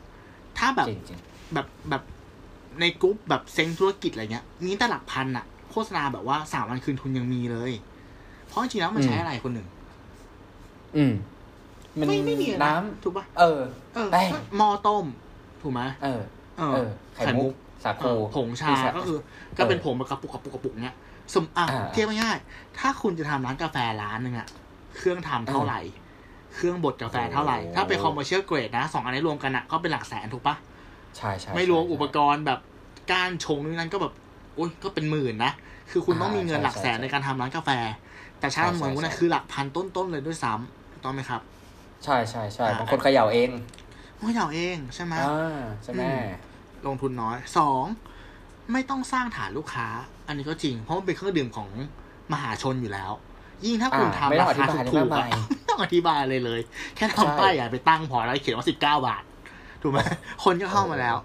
ถ้าแบบ
จริงจริง
แบบแบบในกรุ๊ปแบบเซ็งธุรกิจอะไรเงี้ย มีแต่หลักพันอะโฆษณาแบบว่าสามวันคืนทุนยังมีเลย เพราะจริงๆแล้วมันใช้อะไรคนหนึ่ง
อืม มัน
ไม่ไม่มีอะไร
น้ำ
ถูกปะ
เออ
เออ
แป้ง
หม้อต้ม ถูกไหม
เออ
เอ
เออ
อ
ไข่มุก สา
เอ
คู
อผงชา
ที่ส
ก็คือ ก็เป็นผงแบบกระปุกกระปุกกระปุกเนี้ย สมอ่ะ
อ่า
เทียบง่ายๆ ถ้าคุณจะทำร้านกาแฟร้านหนึ่งอะเครื่องทำเท่าไหร่ เครื่องบดกาแฟเท่าไหร่
โอ้โห
ถ้าเป็นคอมเมอร์เชียลเกรดนะสองอันนี้รวมกันอะก็เป็นหลักแสนถูกปะ
ใช่ใช่
ไม่รวมอุป
ณ์
กรณ์แบบก้านชงนู่นนั่นก็แบบโอ้ยก็เป็นหมื่นนะ คือคุณต้องมีเงิน
อ่าใช่
หลักแสน
ใช่
ในการทำร้านกาแฟ แต่ชา
ใช่
ติเมืองนู้น
ใช่
นะคือหลักพันต้นๆเลยด้วยซ้ำถูกต้องไหมครับ
ใช่ใช่ใช่
อ่า
บางคนเขย่าเอง
โอ้ยเอาเองใช่ไหม
อ่า ใช่ไหม
อืม ลงทุนน้อยสองไม่ต้องสร้างฐานลูกค้า อันนี้ก็จริง เพราะมันเป็นเครื่องดื่มของมหาชนอยู่แล้ว ยิ่งถ้าคุณ
อ่าไม่
ทำ
ต้
รา
องอธิบาย
คาถูก
ไม่
ๆ
ต้องอธิบาย
อะไม่ต้องอธิบายอะไรเลย แค่
ใช่
ทำป้ายใหญ่ไปตั้งพอแล้วเขียนว่าสิบเก้าบาท ถูกไหมคนก็เข้ามาแล้ว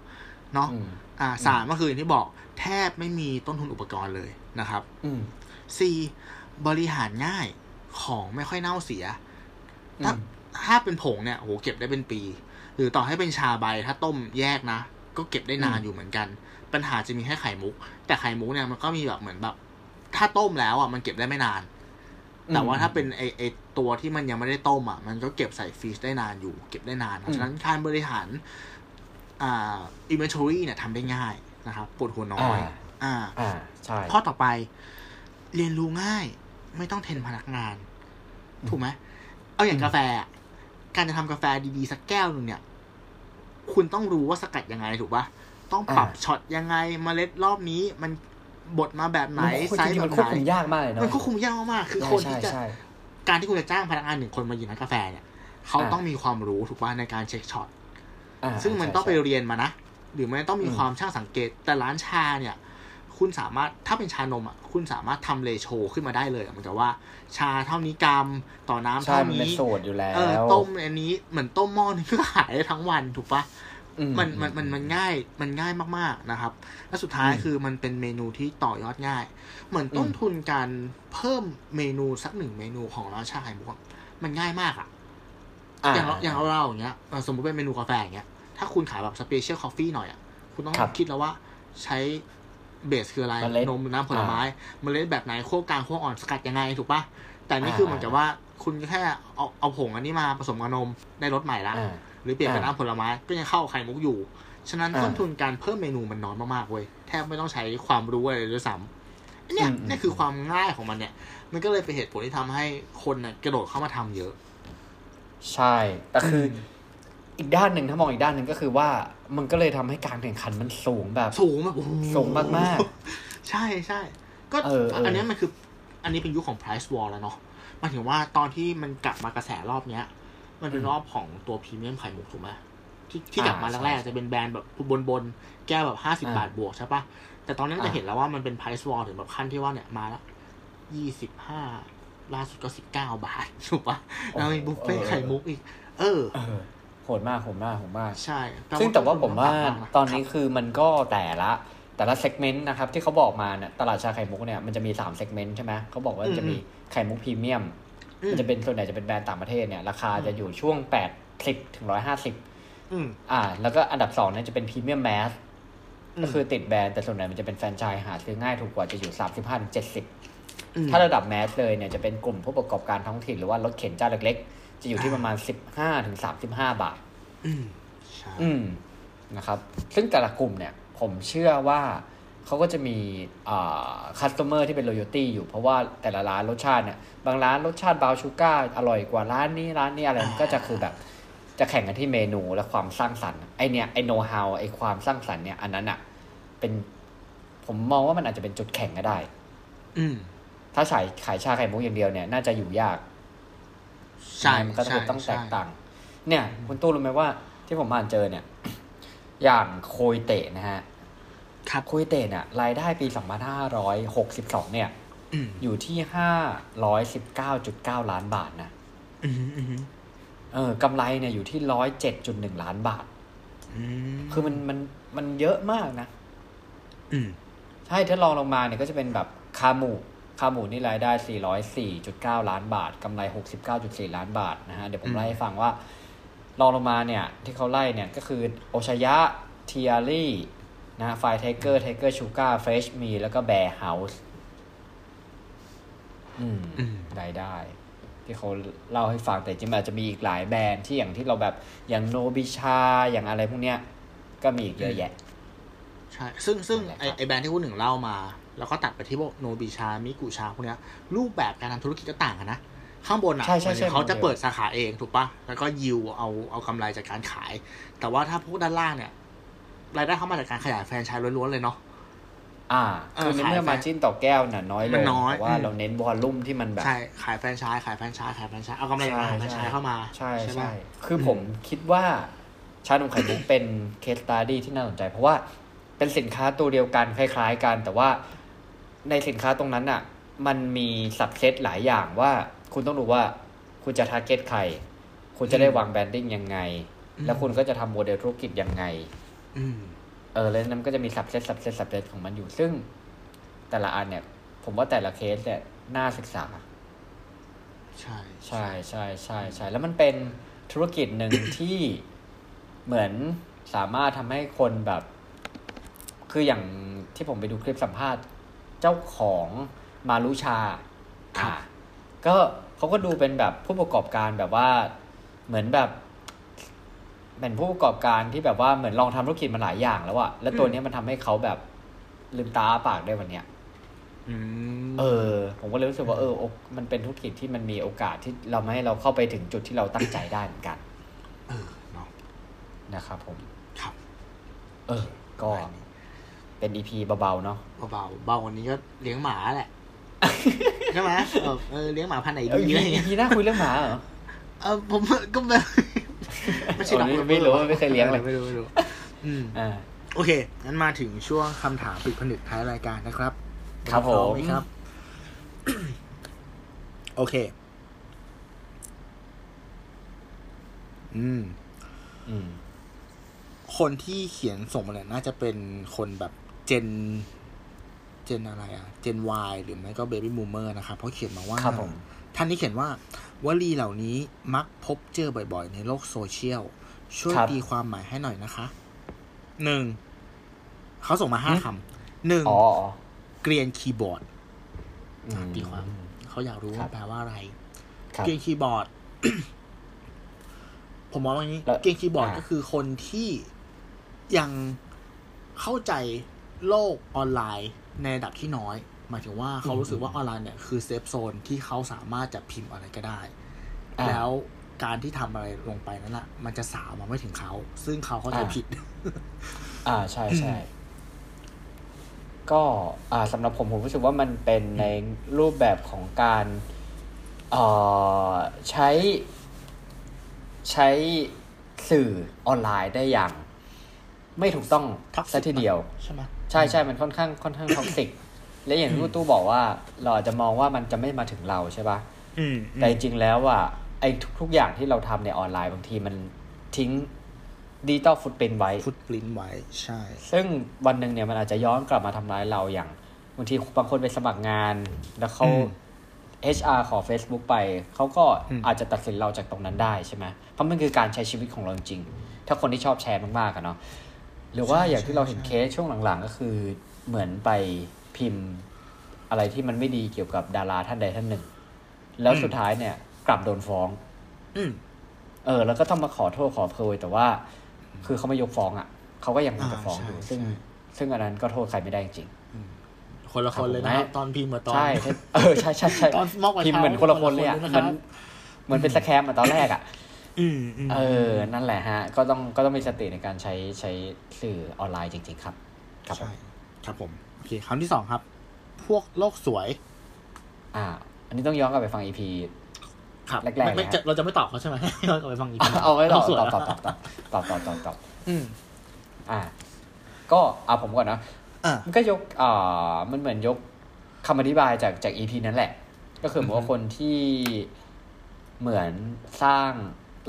เนาะ
อืม
อ่าสามก็คืออย่างที่บอกแทบไม่มีต้นทุนอุปกรณ์เลยนะครับ
อืม
สี่บริหารง่ายของไม่ค่อยเน่าเสีย
อื
ถ้าม ถ้าเป็นผงเนี่ยโหเก็บได้เป็นปี หรือต่อให้เป็นชาใบถ้าต้มแยกนะ ก็เก็บได้นาน
อืม
อยู่เหมือนกัน ปัญหาจะมีแค่ไข่มุก แต่ไข่มุกเนี่ยมันก็มีแบบเหมือนแบบ ถ้าต้มแล้วอ่ะมันเก็บได้ไม่นาน แต่ว่าถ้าเป็นไอไอตัวที่มันยังไม่ได้ต้มอ่ะมันก็เก็บใส่ฟรีซได้นานอยู่เก็บได้นานเพราะฉะนั้นการบริหารอ่าอินเวนทอรี่เนี่ยทำได้ง่ายนะครับปวดหัวน้อย อ่า
อ่า ใช่
ข้อต่อไปเรียนรู้ง่ายไม่ต้องเทรนพนักงาน
อืม
ถูกไหมเอาอย่าง
อืม
กาแฟอะการจะทำกาแฟดีๆ สักแก้วหนึ่งเนี่ย คุณต้องรู้ว่าสกัดยังไงถูกปะต้องปรับช็อตยังไงเมล็ดรอบนี้ มันบดมาแบบไหน
มันควบ
ไซส์
จริงๆ
แบ
มัน
บ
ควบ
ไหน
คุมยากมากเลยเนาะ
มันควบคุมยากมากๆคือ
ใช่
คน
ใช่
ที่จะ
ใช่
การที่คุณจะจ้างพนักงานหนึ่งคนมายืนร้านกาแฟเนี่ยเขา
อ่า
ต้องมีความรู้ถูกป่ะในการเช็คช็อต
อ่า
ซึ่งมันต้องไป
ใช่ใช่
เรียนมานะ หรือมันต้องมี
อืม
ความช่างสังเกต แต่ร้านชาเนี่ย คุณสามารถ ถ้าเป็นชานมอ่ะ คุณสามารถทำเลโชขึ้นมาได้เลยอะเหมือนกับว่า ชาเท่านี้กรัมต่อน้ำ
ใช่
เท่า
มันเป็น
นี้
โสดอยู่แล้ว
เออ ต้มอันนี้ เหมือนต้มหม้อนึงก็ขายได้ทั้งวันถูกปะ
อื
มันมัน มัน มันง่าย มันง่ายมากๆนะครับ และสุดท้ายคือมันเป็นเมนูที่ต่อยอดง่าย เหมือนต้นทุนการเพิ่มเมนูสักหนึ่งเมนูของร้านชาไข่มุกอะมันง่ายมากอ่ะ อย่างเราอย่างเราอย่างเงี้ยเอ่อสมมติเป็นเมนูกาแฟอย่างเงี้ย ถ้าคุณขายแบบสเปเชียลคอฟฟี่หน่อยอ่ะ คุณต้อง
ครับ
คิดแล้วว่าใช้เบสคืออะไร
เมล็ด
นมหรือน้ำผลไม้ เมล็ดแบบไหนขั้วกลางขั้วอ่อนสกัดยังไงถูกปะแต่นี่
อ่า
คือเหมือนกับว่าคุณแค่เอาเอาผงอันนี้มาผสมกับนมได้รสใหม่ละ
อ่า
หรือเปลี่ยนเป็น
อ่า
น้ำผลไม้ก็ยังเข้าไข่มุกอยู่ ฉะนั้น
อ่า
ต้นทุนการเพิ่มเมนูมันน้อยมากๆเว้ยแทบไม่ต้องใช้ความรู้อะไรเลยด้วยซ้ำอันเนี่ย
อืมอืม
เนี่ยคือความง่ายของมันเนี่ย มันก็เลยเป็นเหตุผลที่ทำให้คนน่ะกระโดดเข้ามาทำเยอะ
ใช่ แต่คือออีกด้านหนึ่งถ้ามองอีกด้านหนึ่งก็คือว่า มันก็เลยทำให้การแข่งขันมันสูงแบบ
สูงแบบโอ้โห
สูงมาก
ใช่ใช่ก็
เออเอออั
อันเนี้ยมันคือ อันนี้เป็นยุคของ price war แล้วเนาะหมันถึงว่าตอนที่มันกลับมากระแสรอบเนี้ย มันเป็น
อืม
รอบของตัวพรีเมียมไข่มุกถูกไหมที่ที่
อ่าก
ลับมาแรก
ใช่
ๆจะเป็นแบรนด์แบบบนบนๆแก้วแบบห้าสิ
อ่า
บาทบวกใช่ปะแต่ตอนนั้น
อ่า
จะเห็นแล้วว่ามันเป็น price war ถึงแบบขั้นที่ว่าเนี่ยมาละยี่สิบห้าล่าสุดก็สิบเก้าบาท *laughs* ถูกปะแล้วมีบุฟเฟ่ต์ไข่มุกอีก เออ
เออโหดมากโหดมากโหดมาก
ใช่
ซึ่งแต่ว่าผมว่า
ะ
ตอนนี้คือมันก็แต่ละแต่ละเซกเมนต์นะครับ ที่เขาบอกมาเนี่ยตลาดชาไข่มุกเนี่ยมันจะมี3ามเซกเมนต์ใช่ไหมเขาบอกว่า
อืม
จะมีไข่มุกพรีเมียม
อืม
มันจะเป็นส่วนใหญ่จะเป็นแบรนด์ต่างประเทศเนี่ยราคาจะอยู่ช่วง 8 0ถึง150
อืม
อ่า แล้วก็อันดับ2เนี่ยจะเป็นพรีเมียมแมส
ม
ก็คือติดแบรนด์แต่ส่วนใหญ่มันจะเป็นแฟรนไชส์หาซื้อง่ายถูกกว่าจะอยู่ 35ถึง70
ม
ถ้าระดับแมสเลยเนี่ยจะเป็นกลุ่มผู้ประกอบการท้องถิ่นหรือว่ารถเข็นเจ้าเล็กๆ จะอยู่ที่ประมาณ 15ถึง35 บาท
อืมใช่
อืมนะครับ ซึ่งแต่ละกลุ่มเนี่ยผมเชื่อว่าเขาก็จะมีคัสเตอร์เมอร์ที่เป็น loyalty อยู่ เพราะว่าแต่ละร้านรสชาติเนี่ย บางร้านรสชาติบราวน์ชูการ์อร่อยกว่าร้านนี้ร้านนี้อะไรมันก็จะคือแบบจะแข่งกันที่เมนูและความสร้างสรรค์ไอเนี่ยไอโนฮาวไอความสร้างสรรค์เนี่ยอันนั้นอ่ะเป็นผมมองว่ามันอาจจะเป็นจุดแข่งก็ได้
อืม
ถ้าขายขายชาไข่มุกอย่างเดียวเนี่ยน่าจะอยู่ยาก
ใช่
มันก็คือ
ใช่
ต้องแตกต่า
ใช่
ง เนี่ยคุณตู้รู้ไหมว่าที่ผมอ่านเจอเนี่ย อย่างโคยเตะนะฮะ
ครับ
คุยเตนอะรายได้ปี 2562 เนี่ย
อืม
อยู่ที่ 519.9 ล้านบาทนะ
อืมอืม
เออกำไรเนี่ยอยู่ที่ 107.1 ล้านบาท
อืม
คือมันมันมันเยอะมากนะ
อืม
ใช่ถ้าลองลงมาเนี่ยก็จะเป็นแบบคาหมูคาหมูนี่รายได้ 404.9 ล้านบาทกำไร 69.4 ล้านบาทนะฮะ เดี๋ยวผมไล่ให้ฟังว่าลองลงมาเนี่ย ที่เขาไล่เนี่ยก็คือโอชยะเทียรี่นะไฟไทเกอร์ไทเกอร์ชูการ์เฟชมีแล้วก็แบร์เฮาส์อืม
อืม
รายได้ ที่เขาเล่าให้ฟังแต่จริงๆมันอาจจะมีอีกหลายแบรนด์ที่อย่างที่เราแบบอย่างโนบิชาอย่างอะไรพวกเนี้ยก็มีอีกเยอะแยะ
ใช่ ซึ่งซึ่ง
นั่นแหละ
ไอ
ครับ
ไอแบรนด์ที่คุณหนึ่งเล่ามา แล้วก็ตัดไปที่พวกโนบิชา มิกุชาพวกเนี้ย รูปแบบการทำธุรกิจก็ต่างกันนะ ข้างบนอ่ะ
ใช่ใช่ใช่
หมือนเขาจะ
โมเดล
เปิดสาขาเองถูกปะแล้วก็ยิวเอาเอากำไรจากการขาย แต่ว่าถ้าพวกด้านล่างเนี่ย รายได้เข้ามาจากการขยายแฟรนไชส์ล้วนๆเลยเนาะ
อ่า
เออ
คือในเมื่อ
ขาย
มาจิ้นต่อแก้วน่ะน้อยล
มั
ง
นน้อย
แต่ว่า
อืม
เราเน้นวอลลุ่มที่มันแบบ
ใช่ ขายแฟรนไชส์ขายแฟรนไชส์ขายแฟรนไชส์เอากำไรจากการขายแฟรนไชส์เข้ามา
ใช่
ปะ
ใช่ คือผมคิดว่าชานมไข่มุก เป็นเคสตาดี้ที่น่าสนใจ เพราะว่าเป็นสินค้าตัวเดียวกันคล้ายๆกัน แต่ว่าในสินค้าตรงนั้นอ่ะ มันมีสับเซตหลายอย่างว่า คุณต้องรู้ว่าคุณจะทาร์เก็ตใคร คุณจะได้วางแบรนดิ้งยังไง
อืม
แล้วคุณก็จะทำโมเดลธุรกิจยังไง
อืม
เออแล้วนั้นก็จะมีสับเซตสับเซตสับเซตของมันอยู่ ซึ่งแต่ละอันเนี่ย ผมว่าแต่ละเคสเนี่ยน่าศึกษา
ใช่
ใช่ใช่ใช่ใช่แล้วมันเป็นธุรกิจหนึ่ง ที่เหมือนสามารถทำให้คนแบบ คืออย่างที่ผมไปดูคลิปสัมภาษณ์เจ้าของมารุชาอ่ะก็เขาก็ดูเป็นแบบผู้ประกอบการแบบว่าเหมือนแบบเหมือนผู้ประกอบการที่แบบว่าเหมือนลองทำธุรกิจมาหลายอย่างแล้วอะแล้วตัวเนี้ยมันทำให้เขาแบบลืมตาอ้าปากได้วันเนี้ย
อืม
เออ ผมก็เลยรู้สึกว่าเออโอมันเป็นธุรกิจที่มันมีโอกาสที่เราไม่ให้เราเข้าไปถึงจุดที่เราตั้งใจได้เหมือนกัน
เออเนาะ
นะครับผม
ครับ
เออ ก็เป็นอีพีเบาๆเนาะ
เบาๆเบาวันนี้ก็เลี้ยงหมา
*laughs*
แหละ ใช่ไหมเออเออเลี้ยงหมาพันธุ์ไหน
เออ
ดีอะไร
อี
เงี้ย
พีหน้าคุยเรื่องหมาเหรอ
เออผมก็แบบ ไม่ใช่หรอก
เออไม่รู้ไม่เคยเลี้ยงเลย
ไม่รู้ไม่รู้อืม
อ่า
โอเคงั้นมาถึงช่วงคำถามปิดผนึกท้ายรายการนะครับ
ครับผม
พอไหครับ โอเค อืม
อืม
คนที่เขียนส่งมาเนี่ยน่าจะเป็นคนแบบเจน เจนอะไรอะเจน Y หรือไม่ก็เบบี้ o ู m เมอร์นะครับเพราะเขียนมาว่า
ครับผม
ท่านนี้เขียนว่า วลีเหล่านี้มักพบเจอบ่อยๆ ในโลกโซเชียล ช่วย
ครับ
ตีความหมายให้หน่อยนะคะ หนึ่ง เขาส่งมาห้า
อืม
คำหนึ่ง
อ๋ออ๋อ
เกรียนคีย์บอร์ด
อืม
ตีความ เขาอยากรู้
ครั
ว่า
บ
แปลว่าอะไร
ครับ
เกรียนคีย์บอร์ด *coughs* ผมมองว่าอย่างนี้
แล้ว
เกรียนคีย์บอร์ด
อ่า
ก็คือคนที่ยังเข้าใจโลกออนไลน์ในระดับที่น้อย หมายถึงว่าเขารู้สึกว่าออนไลน์เนี่ยคือเซฟโซนที่เขาสามารถจะพิมพ์อะไรก็ได้
อ่า
แล้วการที่ทำอะไรลงไปนั้นอ่ะ มันจะสาวมาไม่ถึงเขา ซึ่งเขาเข้าใจ
อ่า
ผิด
อ่าใช่ใช่ก็ อ่าสำหรับผมผมรู้สึกว่ามันเป็นในรูปแบบของการเอ่อใช้ ใช้สื่อออนไลน์ได้อย่าง ไม่ถูกต้อง
Toxic
ซะทีเดียว
ใช่ไหม
ใช่ใช่มันค่อนข้างค่อนข้างท็อกซิก และอย่างที่คุณตู้บอกว่า เราอาจจะมองว่ามันจะไม่มาถึงเราใช่ปะ
อืม
แต่จริงๆแล้วอ่ะไอ้ทุกๆอย่างที่เราทำในออนไลน์บางทีมันทิ้งดิจิตอลฟุตเป็นไว้
ฟุตปรินไว้ใช่
ซึ่งวันหนึ่งเนี่ยมันอาจจะย้อนกลับมาทำร้ายเราอย่างบางทีบางคนไปสมัครงาน แล้วเขา
อืม
HR ขอ Facebook ไป เขาก็
อืม
อาจจะตัดสินเราจากตรงนั้นได้ใช่ไหมเพราะมันคือการใช้ชีวิตของเราจริง ถ้าคนที่ชอบแชร์มากๆอะเนาะหรือว่าอย่างที่เราเห็นเคสช่วงหลังๆ ก็คือเหมือนไปพิมพ์อะไรที่มันไม่ดีเกี่ยวกับดาราท่านใดท่านหนึ่ง แล้วสุดท้ายเนี่ยกลับโดนฟ้อง
อืม
เออแล้วก็ต้องมาขอโทษขอโพยแต่ว่า คือเขาไม่ยกฟ้องอ่ะเขาก็ยังคงจะฟ้องอยู่
อ่าใช่
ซึ่ง
ใช่
ซึ่งอันนั้นก็โทษใครไม่ได้จริง
คนละคนเลยนะ
ค
ค
รั
รั
บบ ผม
ตอนพิมพ์มาตอน
ใช่ใช่เออใช่ใช่ใช่
ตอนมอบกระเช้า
พิมพ์เหมือนคนละคนเลยอ่ะ
คนละคนเลยนะ
เห
ค
มือน
รับ
เหมือนเป็นสแคมอ่ะตอนแรกอ่ะ
อืมอืม
เออนั่นแหละฮะ ก็ต้องก็ต้องมีสติในการใช้ใช้สื่อออนไลน์จริง ๆ ครับ ครับผม
ใช่ครับผมโอเคคำที่สองครับ พวกโลกสวย
อ่า อันนี้ต้องย้อนกลับไปฟังอีพี
ครับ
แรกๆเลยฮะ
ไม่จะเราจะไม่ตอบเขาใช่ไหม *laughs* เราจะไปฟังอีกที
เอาไว้ตอบ
โลกสวย
ตอบ
เหร
ตอบตอบตอบตอบตอบตอบ
อืม
อ่า ก็เอาผมก่อนนะ
เออ
มันก็ยกเอ่อมันเหมือนยกคำอธิบายจากจากอีพีนั้นแหละ ก็คือเหมือนว่าคนที่เหมือนสร้าง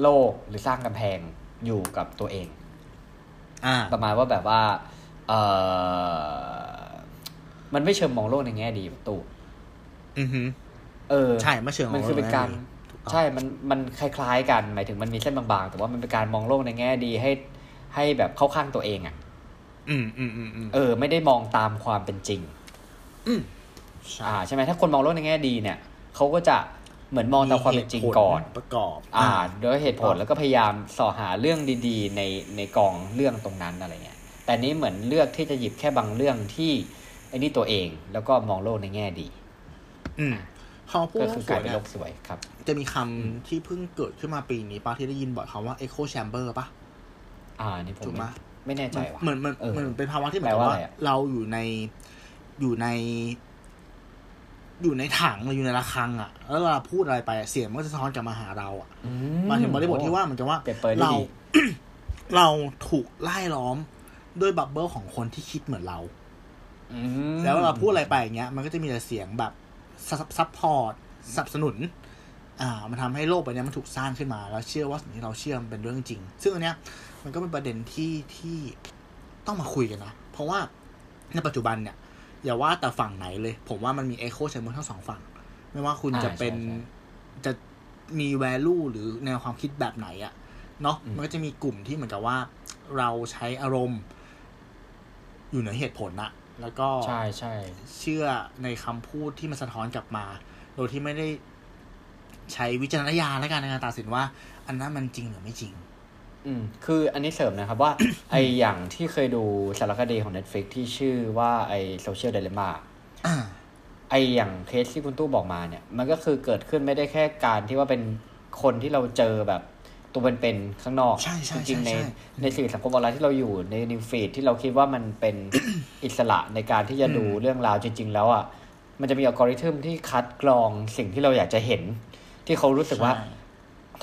โลกหรือสร้างกำแพงอยู่กับตัวเอง
อ่า
ประมาณว่าแบบว่าเออมันไม่เชิงมองโลกในแง่ดีประตู
อือฮึ
เออ
ใช่ไม่เชิงขง
มันคือเป็นการ
ถูต้อง
ใช่ มัน มันคล้ายๆกัน หมายถึงมันมีเส้นบางๆ แต่ว่ามันเป็นการมองโลกในแง่ดีให้ ให้แบบเข้าข้างตัวเองอะ่ะ
อืมอืมอืมอืม
เออ ไม่ได้มองตามความเป็นจริง
ใช่
อ่า ใช่ไหมถ้าคนมองโลกในแง่ดีเนี่ย เขาก็จะเหมือนมองตามความเป็นจริงก่อน
มีเหตุผลประกอบ
อ่า โดยเหตุผลแล้วก็พยายามสอหาเรื่องดีๆ ใน ในกองเรื่องตรงนั้นอะไรเงี้ย แต่นี้เหมือนเลือกที่จะหยิบแค่บางเรื่องที่ไอ้นี่ตัวเอง แล้วก็มองโลกในแง่ดี
อืมเขาพูด
ก็
ว่า
คือ
ส
กลา
วย ย
เป็น
เนี่
โล
ย
กสวยครับ
จะมีคำที่เพิ่งเกิดขึ้นมาปีนี้ป่ะที่ได้ยินบ่อยคำว่า echo chamber ป่ะ
อ่า นี่ผม
ถูกไหม
ไม่แน่ใจว่ะ
เหมือนเหมือน
เออ
เหมือนเป็นภาวะที่เหมือน
แปล
กับ
ว่า
ว่า
อะไรอะ
เราอยู่ในอยู่ใน อยู่ในถังหรืออยู่ในระฆังอ่ะ แล้วเราพูดอะไรไปอะเสียงมันก็จะสะท้อนกลับมาหาเราอ่ะ
อื
หมายถึงบริบทที่ว่าเหมือนกับว่า
เปรียบเปรยได้
เรา
ดี
*coughs* เราถูกไล่ล้อมด้วยบับเบิลของคนที่คิดเหมือนเรา
อืม
แล้วเราพูดอะไรไปอย่างเงี้ย มันก็จะมีแต่เสียงแบบซับพอร์ตสนับสนุน อ่า มันทำให้โลกใบเนี้ยมันถูกสร้างขึ้นมา แล้วเชื่อว่าสิ่งที่เราเชื่อมันเป็นเรื่องจริง ซึ่งอันเนี้ย มันก็เป็นประเด็นที่ที่ต้องมาคุยกันนะ เพราะว่าในปัจจุบันเนี่ย อย่าว่าแต่ฝั่งไหนเลย ผมว่ามันมีเอ h o โ h ชันบนทั้งสองฝั่ง ไม่ว่าคุณ
อ่า
จะเป็น
ใช่ใช่
จะมีแวลูหรือแนวความคิดแบบไหนอะเนาะ
อืม
มันก็จะมีกลุ่มที่เหมือนกับว่า เราใช้อารมณ์ อยู่เหนือเหตุผลอะแล้วก็
ใช่ใช่
เชื่อในคำพูดที่มันสะท้อนกลับมา โดยที่ไม่ได้ใช้วิจารณญาณและการในการตัดสินว่า อันนั้นมันจริงหรือไม่จริง *coughs*
อืม คืออันนี้เสริมนะครับว่า ไออย่างที่เคยดูสารคดีของ Netflix ที่ชื่อว่าไอ Social Dilemma
อ่า
ไออย่างเคสที่คุณตู้บอกมาเนี่ย มันก็คือเกิดขึ้นไม่ได้แค่การที่ว่าเป็นคนที่เราเจอแบบตัวเป็นๆข้างนอก
ใช่ใช่
จริงๆใน
ใช่ใช่
ในสื่อสังคมออนไลน์ที่เราอยู่ในนิวฟีดที่เราคิดว่ามันเป็น อิสระในการที่จะดูเรื่องราวจริง ๆ แล้วอ่ะ มันจะมีอัลกอริทึมที่คัดกรองสิ่งที่เราอยากจะเห็น ที่เขารู้สึกว่า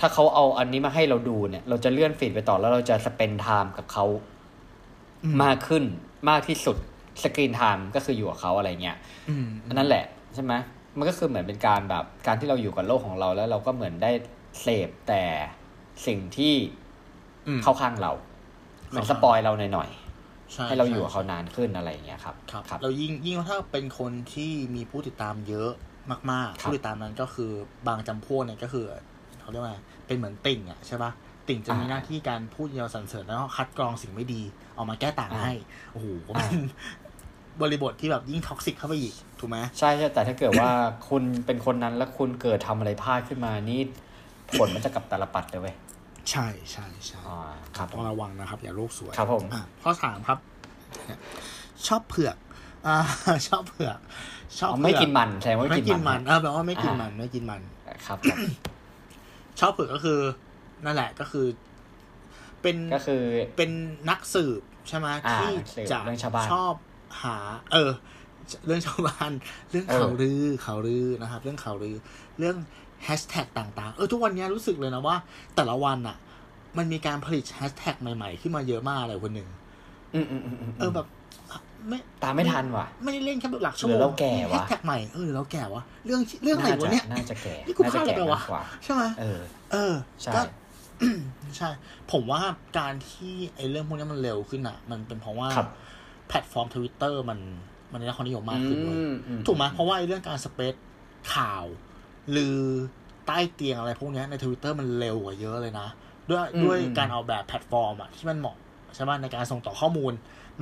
ถ้าเขาเอาอันนี้มาให้เราดูเนี่ย เราจะเลื่อนฟีดไปต่อแล้วเราจะสเปนไทม์กับเขา
อืม
มากขึ้นมากที่สุดสกรีนไทม์ก็คืออยู่กับเขาอะไรเงี้ย
อืม
อันนั้นแหละใช่ไหมมันก็คือเหมือนเป็นการแบบการที่เราอยู่กับโลกของเราแล้วเราก็เหมือนได้เสพแต่สิ่งที่
อืม
เข้าข้างเราเหมือนส
เข้าข้าง
ปอยเราหน่อย
ช่
ๆให้เราอยู่กับ
ใช่
เขานานขึ้นอะไรเงี้ยครับ
ครับเรายิ่งยิ่งถ้าเป็นคนที่มีผู้ติดตามเยอะมาก
ครับ
ๆผู้ติดตามนั้นก็คือบางจำพวกเนี่ยก็คือเขาเรียกว่าไงเป็นเหมือนติ่งอ่ะใช่ปะติ่งจะมี
อ่า
หน้าที่การพูดเยียวสรรเสริญแล้วก็คัดกรองสิ่งไม่ดีเออกมาแก้ต่าง
อ่า
ให้โอ้โห
อ่า
เป็นบริบทที่แบบยิ่งท็อกซิกเข้าไปอีกถูกไหม
ใช่ใช่แต่ถ้าเกิดว่า คุณเป็นคนนั้นแล้วคุณเกิดทำอะไรพลาดขึ้นมานี่ผลมันจะกลับตาลปัดเลยเว้ย
ใช่ใช่ใช่
อ่าครับผ
ต้อ
ม
งระวังนะครับ อย่าโลกสวย
ครับผม
อ่ะข้อสามครับ ชอบเผือกอ่า *laughs* ชอบเผือก ชอบ
อ๋อ
เผือก
ไม่กินมันแสดงว่า
ไม่
ไม่
กิ
กิ
น
น
มั
มัน น
เออแปลว่าไม่กิน
อ่ามั
มันไม่กินมัน
ครับ
ชอบเผือกก็คือ นั่นแหละก็คือ เป็น
ก็คือ
เป็นนักสืบใช่ไหม
อ่า
ที่
นักสืบ
จะ
เรื่องชาวบ้าน
ชอบหา เออ เรื่องชาวบ้าน *laughs* เรื่อง
เออ
ข่าวลือข่าวลือนะครับ เรื่องข่าวลือ เรื่องแฮชแท็กต่างๆ เออทุกวันนี้รู้สึกเลยนะว่า แต่ละวันอ่ะ มันมีการผลิตแฮชแท็กใหม่ๆ ขึ้นมาเยอะมากเลยคนหนึ่ง
อืมอืมอืมม
เออแบบไม่
ตามไม่ทันว่ะ
ไม่ได้เล่นแค่แบบหลักชั่ว
หรือ
โมง
เราแก่
มี
วะ
แฮชแท็กใหม่เออหรือเราแก่วะเรื่องเรื่องอะ
น่าว
ไระ
จะ
เนี่ย
น่าจะแก่
นี่กู
น่าจะ
พลาด
แก่
ไปวะ
มากกว่า
ใช่ไหม
เออ
เออ
ใช่
ก็ *coughs* ใช่ ผมว่าการที่ไอ้เรื่องพวกนี้มันเร็วขึ้นอ่ะ มันเป็นเพราะว่า
ครับ
แพลตฟอร์มทวิตเตอร์มันมันได้รับความนิยมมากขึ้นเลย
อือื
ถูกไหมเพราะว่าไอ้เรื่องการสเปซข่าวลือใต้เตียงอะไรพวกเนี้ยในทวิตเตอร์มันเร็วกว่าเยอะเลยนะ ด้วยด้วยการออกแบบแพลตฟอร์มอ่ะที่มันเหมาะใช่ไหมในการส่งต่อข้อมูล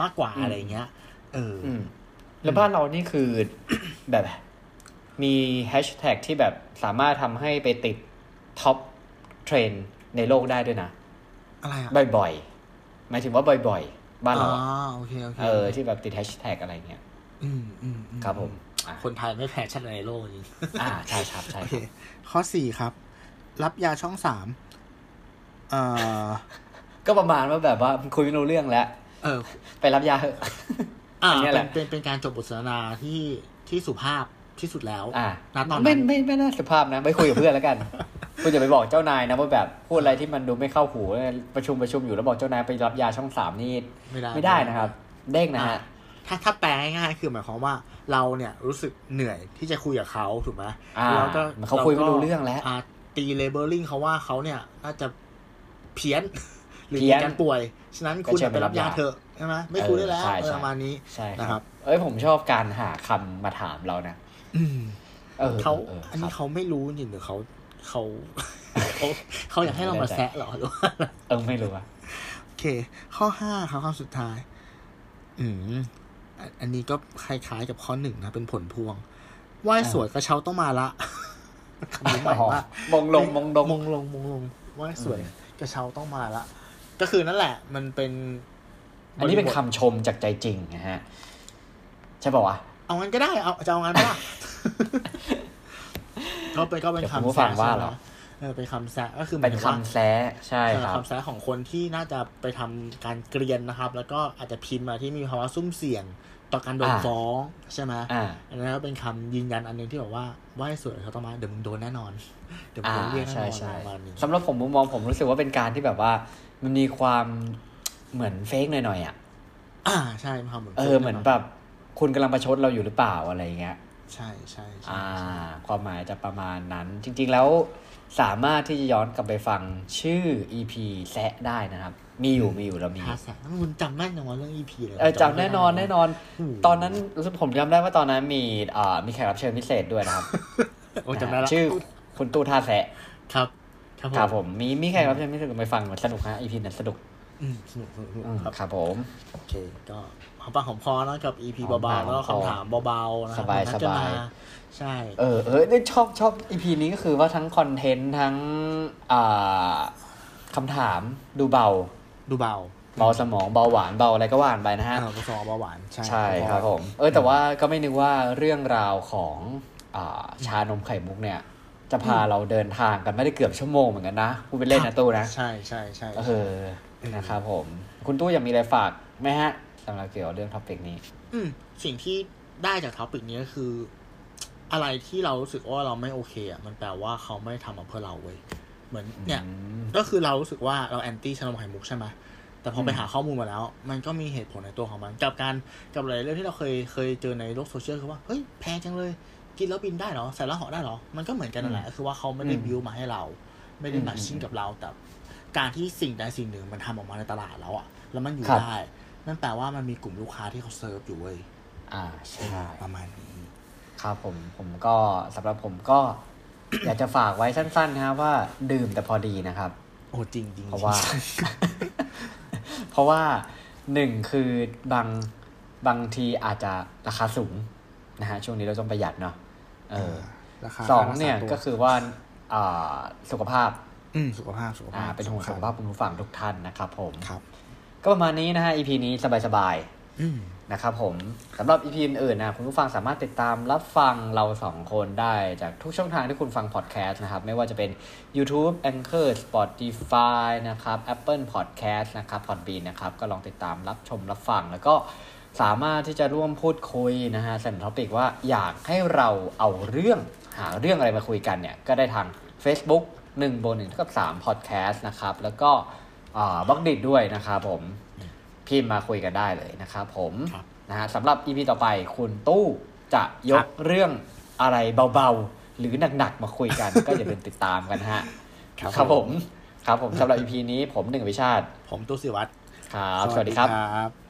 มากกว่าอะไรอย่างเงี้ย เอออ
อืมแล้วบ้านเรานี่คือ *coughs* แบบ มีแฮชแท็กที่แบบสามารถทำให้ไปติดท็อปเทรนในโลกได้ด้วยนะ
อะไรอ่ะ
บ่อยๆ หมายถึงว่าบ่อยๆ บ้าน
อ๋
เรา
อ
อะ
โอเคโอเค
เออ ที่แบบติดแฮชแท็กอะไรเงี้ย
อืมอืมอื
ครับผมอ่ะ
คนไทยไม่แพ้ชาติใดในโลกจริง
อ่าใช่ครับใช่
โอ
ค
เค
รับ
ข้อสี่ครับ รับยาช่องสามเอ่อ
ก็ประมาณว่าแบบว่า *laughs* คุยไม่รู้เรื่องแล้ว
เออ
ไปรับยาเถอะ
อ่า
อันเนี้ยแห
เป็
ละ
นเป็นเป็นการจบบทสนทนาที่ที่สุภาพที่สุดแล้ว
อ่า
ณตอน
ไม่
นั้น
ไม่ไม่น่าสุภาพนะ ไปคุยกับเพื่อนแล้ว *laughs* กัน คุณอย่าไปบอกเจ้านายนะว่าแบบพูดอะไรที่มันดูไม่เข้าหูประชุมประชุมอยู่แล้วบอกเจ้านายไปรับยาช่องสามนี่
ไม่ได้
ไม่ได้นะครับ เด้งนะ
อ่า
ฮะ
ถ ถ้าถ้าแปลง่ายๆคือหมายความว่าเราเนี่ยรู้สึกเหนื่อยที่จะคุยกับเขาถูกไหม
อ่า
แล้วก็
เขาคุยไม่รู้เรื่องแล้ว
าตีเลเบลลิ่งเขาว่าเขาเนี่ยน่าจะเพี้ยน หรือ
เพี้
มี
ยน
การป่วย ฉะนั้นคุณ
ก็เชิญ
ไป
ไป
รับยาเถอะใช่ไหมไม่
เออ
คุยได้แล้ว
ใช่
เออ
ใช่
ประมาณนี้
ใช่
นะ
ค
ครั
รับ
บ
เอ้ยผมชอบการหาคำมาถามเรานะ
อืม
ออ
เขา
เ
อัน
ครั
นี้
บ
เขาไม่รู้จริงหรือเขาเขา *laughs* เขาเขาอยากให้เรามาแซะเหรอหรือว่าอะไร
เออไม่รู้อะ
โอเค ข้อห้าครับคำสุดท้าย อืมอันอันนี้ก็คล้ายๆกับข้อหนึ่งนะ เป็นผลพวงไหว้
อ่า
สวยกระเช้าต้องมาละ *laughs* คำนี้หมายว่าม
องลงมองลง
มงลงมงลงไหว้สวย
อืม
กระเช้าต้องมาละ ก็คือนั่นแหละ มันเป็น
อันนี้เป็น
บริบท
คำชมจากใจจริงนะฮะ ใช่ป่าวะ
เอางั้นก็ได้ เอาจะเอางั้น
*laughs*
ปะล่ะ ก็เป็นก็เป็น
เดี๋ยวคุณผู้
คำ
ฟั
แซะ
ง
ใช่
ว่า
ไห
เห
ม
รอ
เออเป็นคำแซะก็คือหมา
เป็
ย
น
ถึง
คำ
ว่า
แซะใช่
เอ่อ
ครับ
คำแซะของคนที่น่าจะไปทำการเกรียนนะครับ แล้วก็อาจจะพิมพ์มาที่มีภาวะซุ่มเสี่ยงต่อการโดน
อ่า
ฟ้อง ใช่ไหม
อ่า
อันนั้นก็เป็นคำยืนยันอันหนึงที่บอกว่าไหว่าสวยเขาต้องมาเดี๋ยวมึงโดนแน่นอน เดี๋ยวมึง
อ่า
โดนเรียกแน่น
ใช่
อน
ใช่
ประมาณนี้
สำหรับผมมุมมองผมรู้สึกว่าเป็นการที่แบบว่า มันมีความเหมือนเฟกหน่อยๆอ่ะ
อ่าใช่มีความเหมือน
เออเหมือนแบบคุณกำลังประชดเราอยู่หรือเปล่าอะไรเงี้ย
ใช่ใช่ใช่
อ่า
ใช่
ความหมายจะประมาณนั้น จริง ๆ แล้วสามารถที่จะย้อนกลับไปฟังชื่อ EP แซะได้นะครับ มีอยู่มีอยู่เรามี
ภาษาคุณจำแม่นยังวะเรื่อง EP เลย
เออจำแน่นอนแน่นอน
อืม
ตอนนั้นรู้สึกผมจำได้ว่าตอนนั้นมีอ่ามีแขกรับเชิญพิเศษด้วยนะครับ
โอ้จำได้ละ
ชื่อคุณตู้ท่าแซะ
ครับครับ
ครับ
ผ
ผม มมีมีแขกรับเชิญพิเศษไปฟังมันสนุกฮะ EP นั้นสนุก
อืมสนุกสนุกสนุก
อืม
ครับ
ครับผม
โอเค ก็หอมปากหอมคอเนอะกับ EP
หอม
เบา
ปาก
ๆแล้วก็
หอมคอ
คำถามเบาๆนะครั
สบาย
นัดกันม
สบาย
ใช่
เออเออเนี่ยชอบชอบ EP นี้ก็คือว่าทั้งคอนเทนต์ทั้งอ่าคำถามดูเบา
ดูเบา
เบาสมองเบาหวานเบาอะไรก็ว่ากันไปนะฮะ
อ่าผสมเบาหวานใช่
ใช่ครับผม เออแต่ว่าก็ไม่นึกว่าเรื่องราวของอาชานมไข่มุกเนี่ย จะพาเราเดินทางกันไม่ได้เกือบชั่วโมงเหมือนกันนะพูดเป็นเล่นนะตู้นะ
ใช่ใช่ใช่
เออนะครับผม คุณตู้ยังมีอะไรฝากไหมฮะสำหรับเกี่ยวกับเรื่องท็อปิกนี้
อืมสิ่งที่ได้จากท็อปิกนี้ก็คือ อะไรที่เรารู้สึกว่าเราไม่โอเคอ่ะมันแปลว่าเขาไม่ได้ทำมาเพื่อเราเว้ยเหมือนเนี่ย
อืม
ก็คือเรารู้สึกว่าเราแอนตี้ชานมไข่มุกใช่ไหมแต่พอไป
อืม
หาข้อมูลมาแล้ว มันก็มีเหตุผลในตัวของมัน กับการกับหลายเรื่องที่เราเคยเคยเจอในโลกโซเชียลคือว่าเฮ้ยแพงจังเลย กินแล้วบินได้เหรอใส่แล้วเหาะได้เหรอ มันก็เหมือนกันนั่นแหละคือว่าเขาไม่ได้
อืม
บิวมาให้เรา ไม่ได้
อืม
มาชิ่งกับเราแต่การที่สิ่งใดสิ่งหนึ่งมันทำออกมาในตลาดแล้วอะแล้วมันอยู่
ครับ
ได้นั่นแปลว่ามันมีกลุ่มลูกค้าที่เขาเซิร์ฟอยู่เว้ย
อ่าใช่
ประมาณนี้
ครับผมผมก็สำหรับผมก็ อยากจะฝากไว้สั้นๆนะครับว่าดื่มแต่พอดีนะครับ
โอ้จริงจริง
เพราะว่า เพราะว่าหนึ่งคือบางบางทีอาจจะราคาสูงนะฮะช่วงนี้เราต้องประหยัดเนาะเออ
ราคา
สองเนี่ย
ค่ารัษาตัว
ก็คือว่าอ่าสุขภาพ
อืมสุขภาพสุข
อ่า
ภาพ
เป็นห่วงสุขภาพคุณผู้ฟังทุกท่านนะครับผม
ครับ
ก็ประมาณนี้นะฮะ EP นี้สบายๆ
อืม
นะครับผมสำหรับ EP อื่นๆนะคุณผู้ฟังสามารถติดตามรับฟังเราสองคนได้จากทุกช่องทางที่คุณฟังพอดแคสต์นะครับ ไม่ว่าจะเป็น YouTube Anchor Spotify นะครับ Apple Podcast นะครับ Podbean นะครับ ก็ลองติดตามรับชมรับฟัง แล้วก็สามารถที่จะร่วมพูดคุยนะฮะเสนอท็อปิกว่าอยากให้เราเอาเรื่องหาเรื่องอะไรมาคุยกันเนี่ย ก็ได้ทาง Facebook 1บน1เท่ากับ3 Podcast นะครับ แล้วก็บล็อกดิดด้วยนะครับผม พิมพ์มาคุยกันได้เลยนะครับผม
ครับ
นะฮะสำหรับ EP ต่อไปคุณตู้จะย
ครั
ก
บ
เรื่องอะไรเบาๆ หรือหนักๆ มาคุยกัน *laughs* ก็อย่าลืมติดตามกันฮะครับผม ครับผมสำหรับ EP นี้ผมหนึ่งวิชาติ
ผมตู้สิวัตร
ครับ สวัสดีครับ
สวัสดีครับ